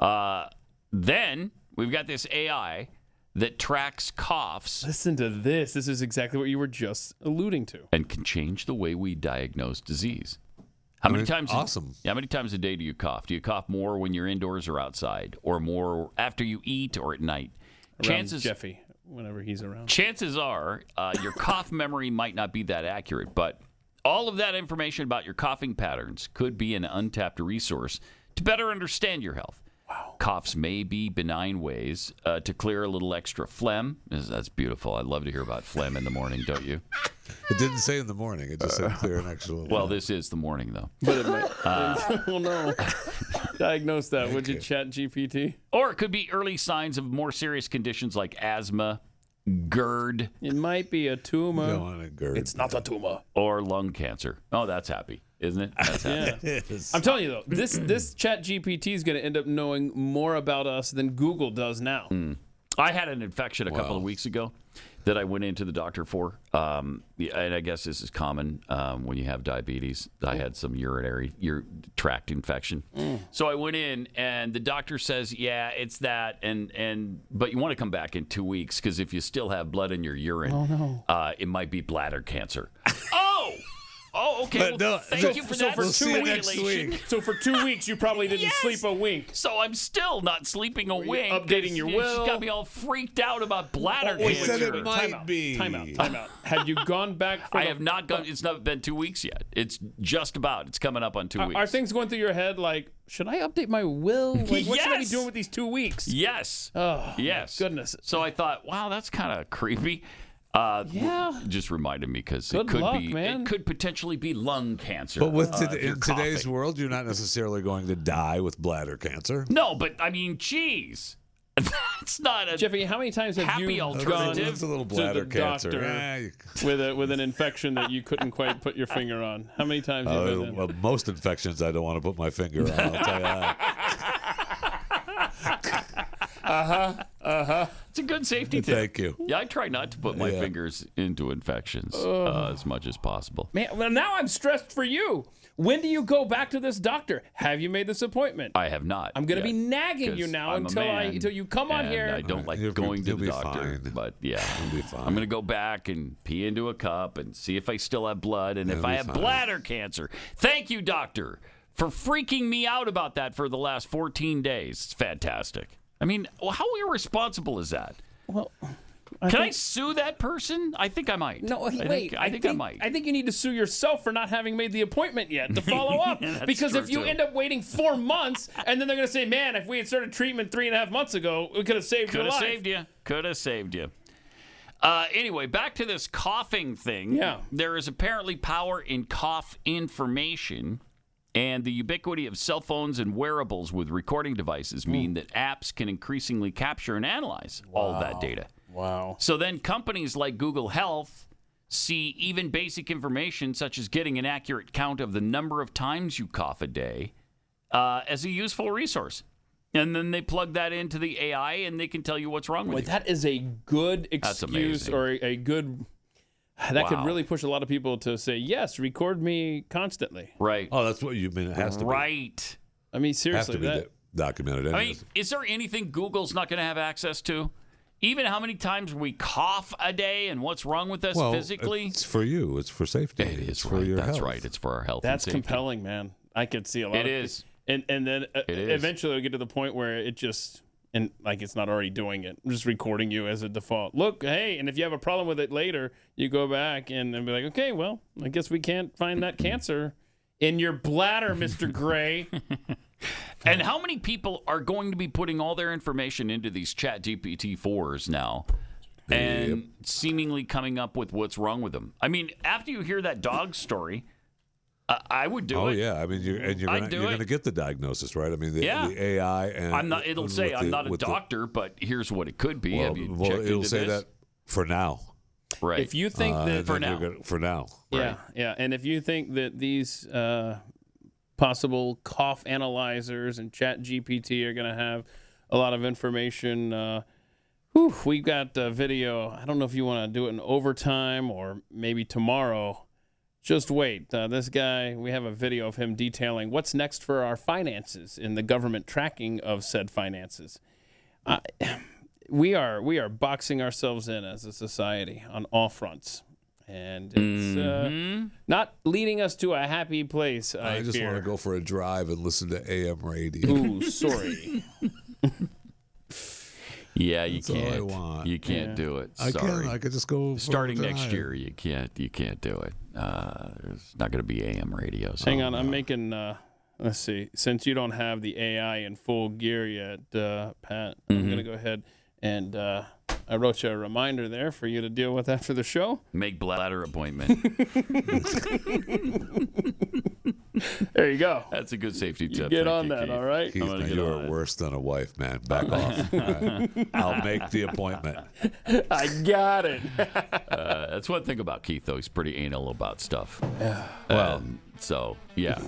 Uh, then we've got this AI that tracks coughs
Listen to this. This is exactly what you were just alluding to. Um,
and can change the way we diagnose disease. How many
mean,
times?
awesome.
how many times a day do you cough? Do you cough more when you're indoors or outside, or more after you eat or at night?
Around
Chances
Jeffy. whenever
*laughs*
he's around.
Chances are uh, your cough memory might not be that accurate, but all of that information about your coughing patterns could be an untapped resource to better understand your health. Wow. Coughs may be benign ways uh, to clear a little extra phlegm. Is- That's beautiful. I love to hear about phlegm in the morning, don't you?
It didn't say in the morning. It just said clear and actual.
Uh, Well, this is the morning, though.
But it might.
Uh,
*laughs* oh no!
Ah.
Diagnose that, would you, Chat GPT?
Or it could be early signs of more serious conditions like asthma, GERD.
It might be a tumor.
don't want
a GERD.
It's not a tumor.
Or lung cancer. Oh, that's happy, isn't it? That's happy.
Yeah. *laughs* I'm telling you though, this this Chat GPT is going to end up knowing more about us than Google does now.
Mm. I had an infection a couple of weeks ago that I went into the doctor for. Um, yeah, and I guess this is common um, when you have diabetes.
Mm.
I had some urinary ur- tract infection. So I went in, and the doctor says, "Yeah, it's that." And and but you want to come back in two weeks because if you still have blood in your urine,
Oh, no.
uh, it might be bladder cancer. *laughs* oh, oh, okay. well, thank you for that. stimulation.
*laughs* So for two weeks, you probably didn't sleep a wink.
So I'm still not sleeping a wink.
Updating your
You just
will.
Got me all freaked out about bladder
Oh, wait,
cancer.
wait, wait, time out, Time out. Time out. Have you gone back? For
I
the-
have not gone. It's not been two weeks yet. It's just about. It's coming up on two
Are-
weeks.
Are things going through your head like, should I update
*laughs*
my will? Like, what should I be
Yes.
doing with these two weeks?
Yes.
Oh,
yes. Goodness. So I thought, wow, that's kind of creepy. Uh,
Yeah.
Just reminded me because it
Good
could
luck,
be.
man.
It could potentially be lung cancer.
But with
uh,
tod-
if you're
in today's
coughing.
world, you're not necessarily going to die with bladder cancer.
No, but I mean, geez, *laughs* that's not a
Jeffy. How many times have
happy
you gone
alternative?
to the doctor with a with an infection that you couldn't quite put your finger on? How many times have you
Uh,
been there?
well, most infections I don't want to put my finger on. I'll tell you that.
Uh huh. Uh huh.
It's a good safety
*laughs*
tip.
Thank you.
Yeah, I try not to put my
Yeah.
fingers into infections uh,
Ugh.
as much as possible.
Man, well, now I'm stressed for you. When do you go back to this doctor? Have you made this appointment?
I have not.
I'm gonna
yet,
be nagging you
'cause
now
I'm a
until I
man,
until you come on
and
here.
I don't like going to the doctor, but yeah,
*laughs*
I'm gonna go back and pee into a cup and see if I still have blood and if
He'll
I
be
have
fine.
bladder cancer. Thank you, doctor, for freaking me out about that for the last 14 days. It's fantastic. I mean, well, how irresponsible is that?
Well,
can I sue that person? I think I might.
No,
I
he-
think-
wait.
I think I might.
I think you need to sue yourself for not having made the appointment yet
*laughs*
to follow up.
That's
because
true,
if you
too.
end up waiting four months, and then they're going to say, "Man, if we had started treatment three and a half months ago, we could have saved
Could
your
have
life."
saved you. Could have saved you. Uh, anyway, back to this coughing thing.
Yeah.
There is apparently power in cough information, and the ubiquity of cell phones and wearables with recording devices
Hmm.
mean that apps can increasingly capture and analyze all that data.
Wow.
So then companies like Google Health see even basic information, such as getting an accurate count of the number of times you cough a day, uh, as a useful resource. And then they plug that into the AI and they can tell you what's wrong with
Boy,
you.
that is a good
That's
excuse
amazing.
or a, a good. That
Wow.
could really push a lot of people to say, "Yes, record me constantly."
Right.
Oh, that's what you mean. It has to
right.
I mean,
be. Has
seriously,
to be
that
do- documented.
I mean,
anyways.
is there anything Google's not going to have access to? Even how many times we cough a day and what's wrong with us
well,
physically?
it's for you. It's for safety. It is for your
That's
health.
right. It's for our health. and
That's
safety.
compelling, man. I could see a lot.
It
of
is.
and and then uh,
It is.
eventually it'll get to the point where it just and like it's not already doing it, just recording you as a default. Look, hey, and if you have a problem with it later, you go back and then be like, okay, well, I guess we can't find that cancer in your bladder,
*laughs*
Mister Gray.
And how many people are going to be putting all their information into these chat GPT 4s now and seemingly coming up with what's wrong with them? I mean, after you hear that dog story, I, I would do
oh
it.
yeah, I mean, you're and you're
I'd
gonna,
do
you're
it.
gonna get the diagnosis right. I mean, the,
Yeah.
the AI and
I'm not. It'll
with
say
the-
I'm not a
with the-
doctor, but here's what it could be.
Well,
Have you
well,
checked
it'll
into
say
this?
that for now.
Right.
If you think
Uh,
that-
and
For
then you're
now.
gonna- for now.
Yeah, yeah. And if you think that these uh, possible cough analyzers and Chat GPT are going to have a lot of information, uh, whew, we've got a video. I don't know if you want to do it in overtime or maybe tomorrow. Just wait. Uh, this guy, we have a video of him detailing what's next for our finances in the government tracking of said finances. I *sighs* we are we are boxing ourselves in as a society on all fronts, and it's uh, not leading us to a happy place. I,
I just
fear.
want to go for a *laughs* drive and listen to AM radio.
Ooh, sorry.
Yeah, you
That's all I
can't.
want.
You can't
Yeah.
do it.
I can.
Sorry.
I could just go for
Starting
a
next
drive.
year, you can't. You can't do it. Uh, there's not going to be AM radio. So
Hang on, I'm making. Uh, let's see. Since you don't have the AI in full gear yet, uh, Pat, I'm
Mhm.
gonna go ahead and uh, I wrote you a reminder there for you to deal with after the show.
Make bladder appointment. *laughs*
there you go.
That's a good safety tip.
get
Thank
on
you,
that,
Keith.
all right?
Keith, now you are worse than a wife, man. Back off. All right. I'll make the appointment.
I got it. *laughs*
Uh, that's one thing about Keith, though. He's pretty anal about stuff.
Yeah.
Well, so yeah.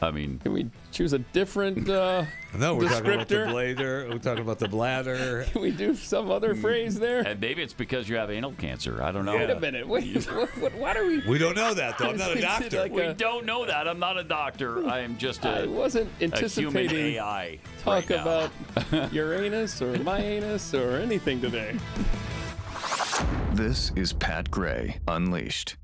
I mean,
can we choose a different? Uh,
No, we're talking about the
Descriptor.
bladder. We're talking about the bladder.
Can we do some other
Mm.
phrase there?
And maybe it's because you have anal cancer. I don't know.
Wait a minute. Wait. *laughs* What, what, what are we?
We don't know that, though. I'm not a
*laughs* Is it
doctor.
like
We
a-
don't know that. I'm not a doctor. I am just a.
I wasn't
a human
anticipating
AI. *laughs*
talk about Uranus or my anus or anything today.
This is Pat Gray Unleashed.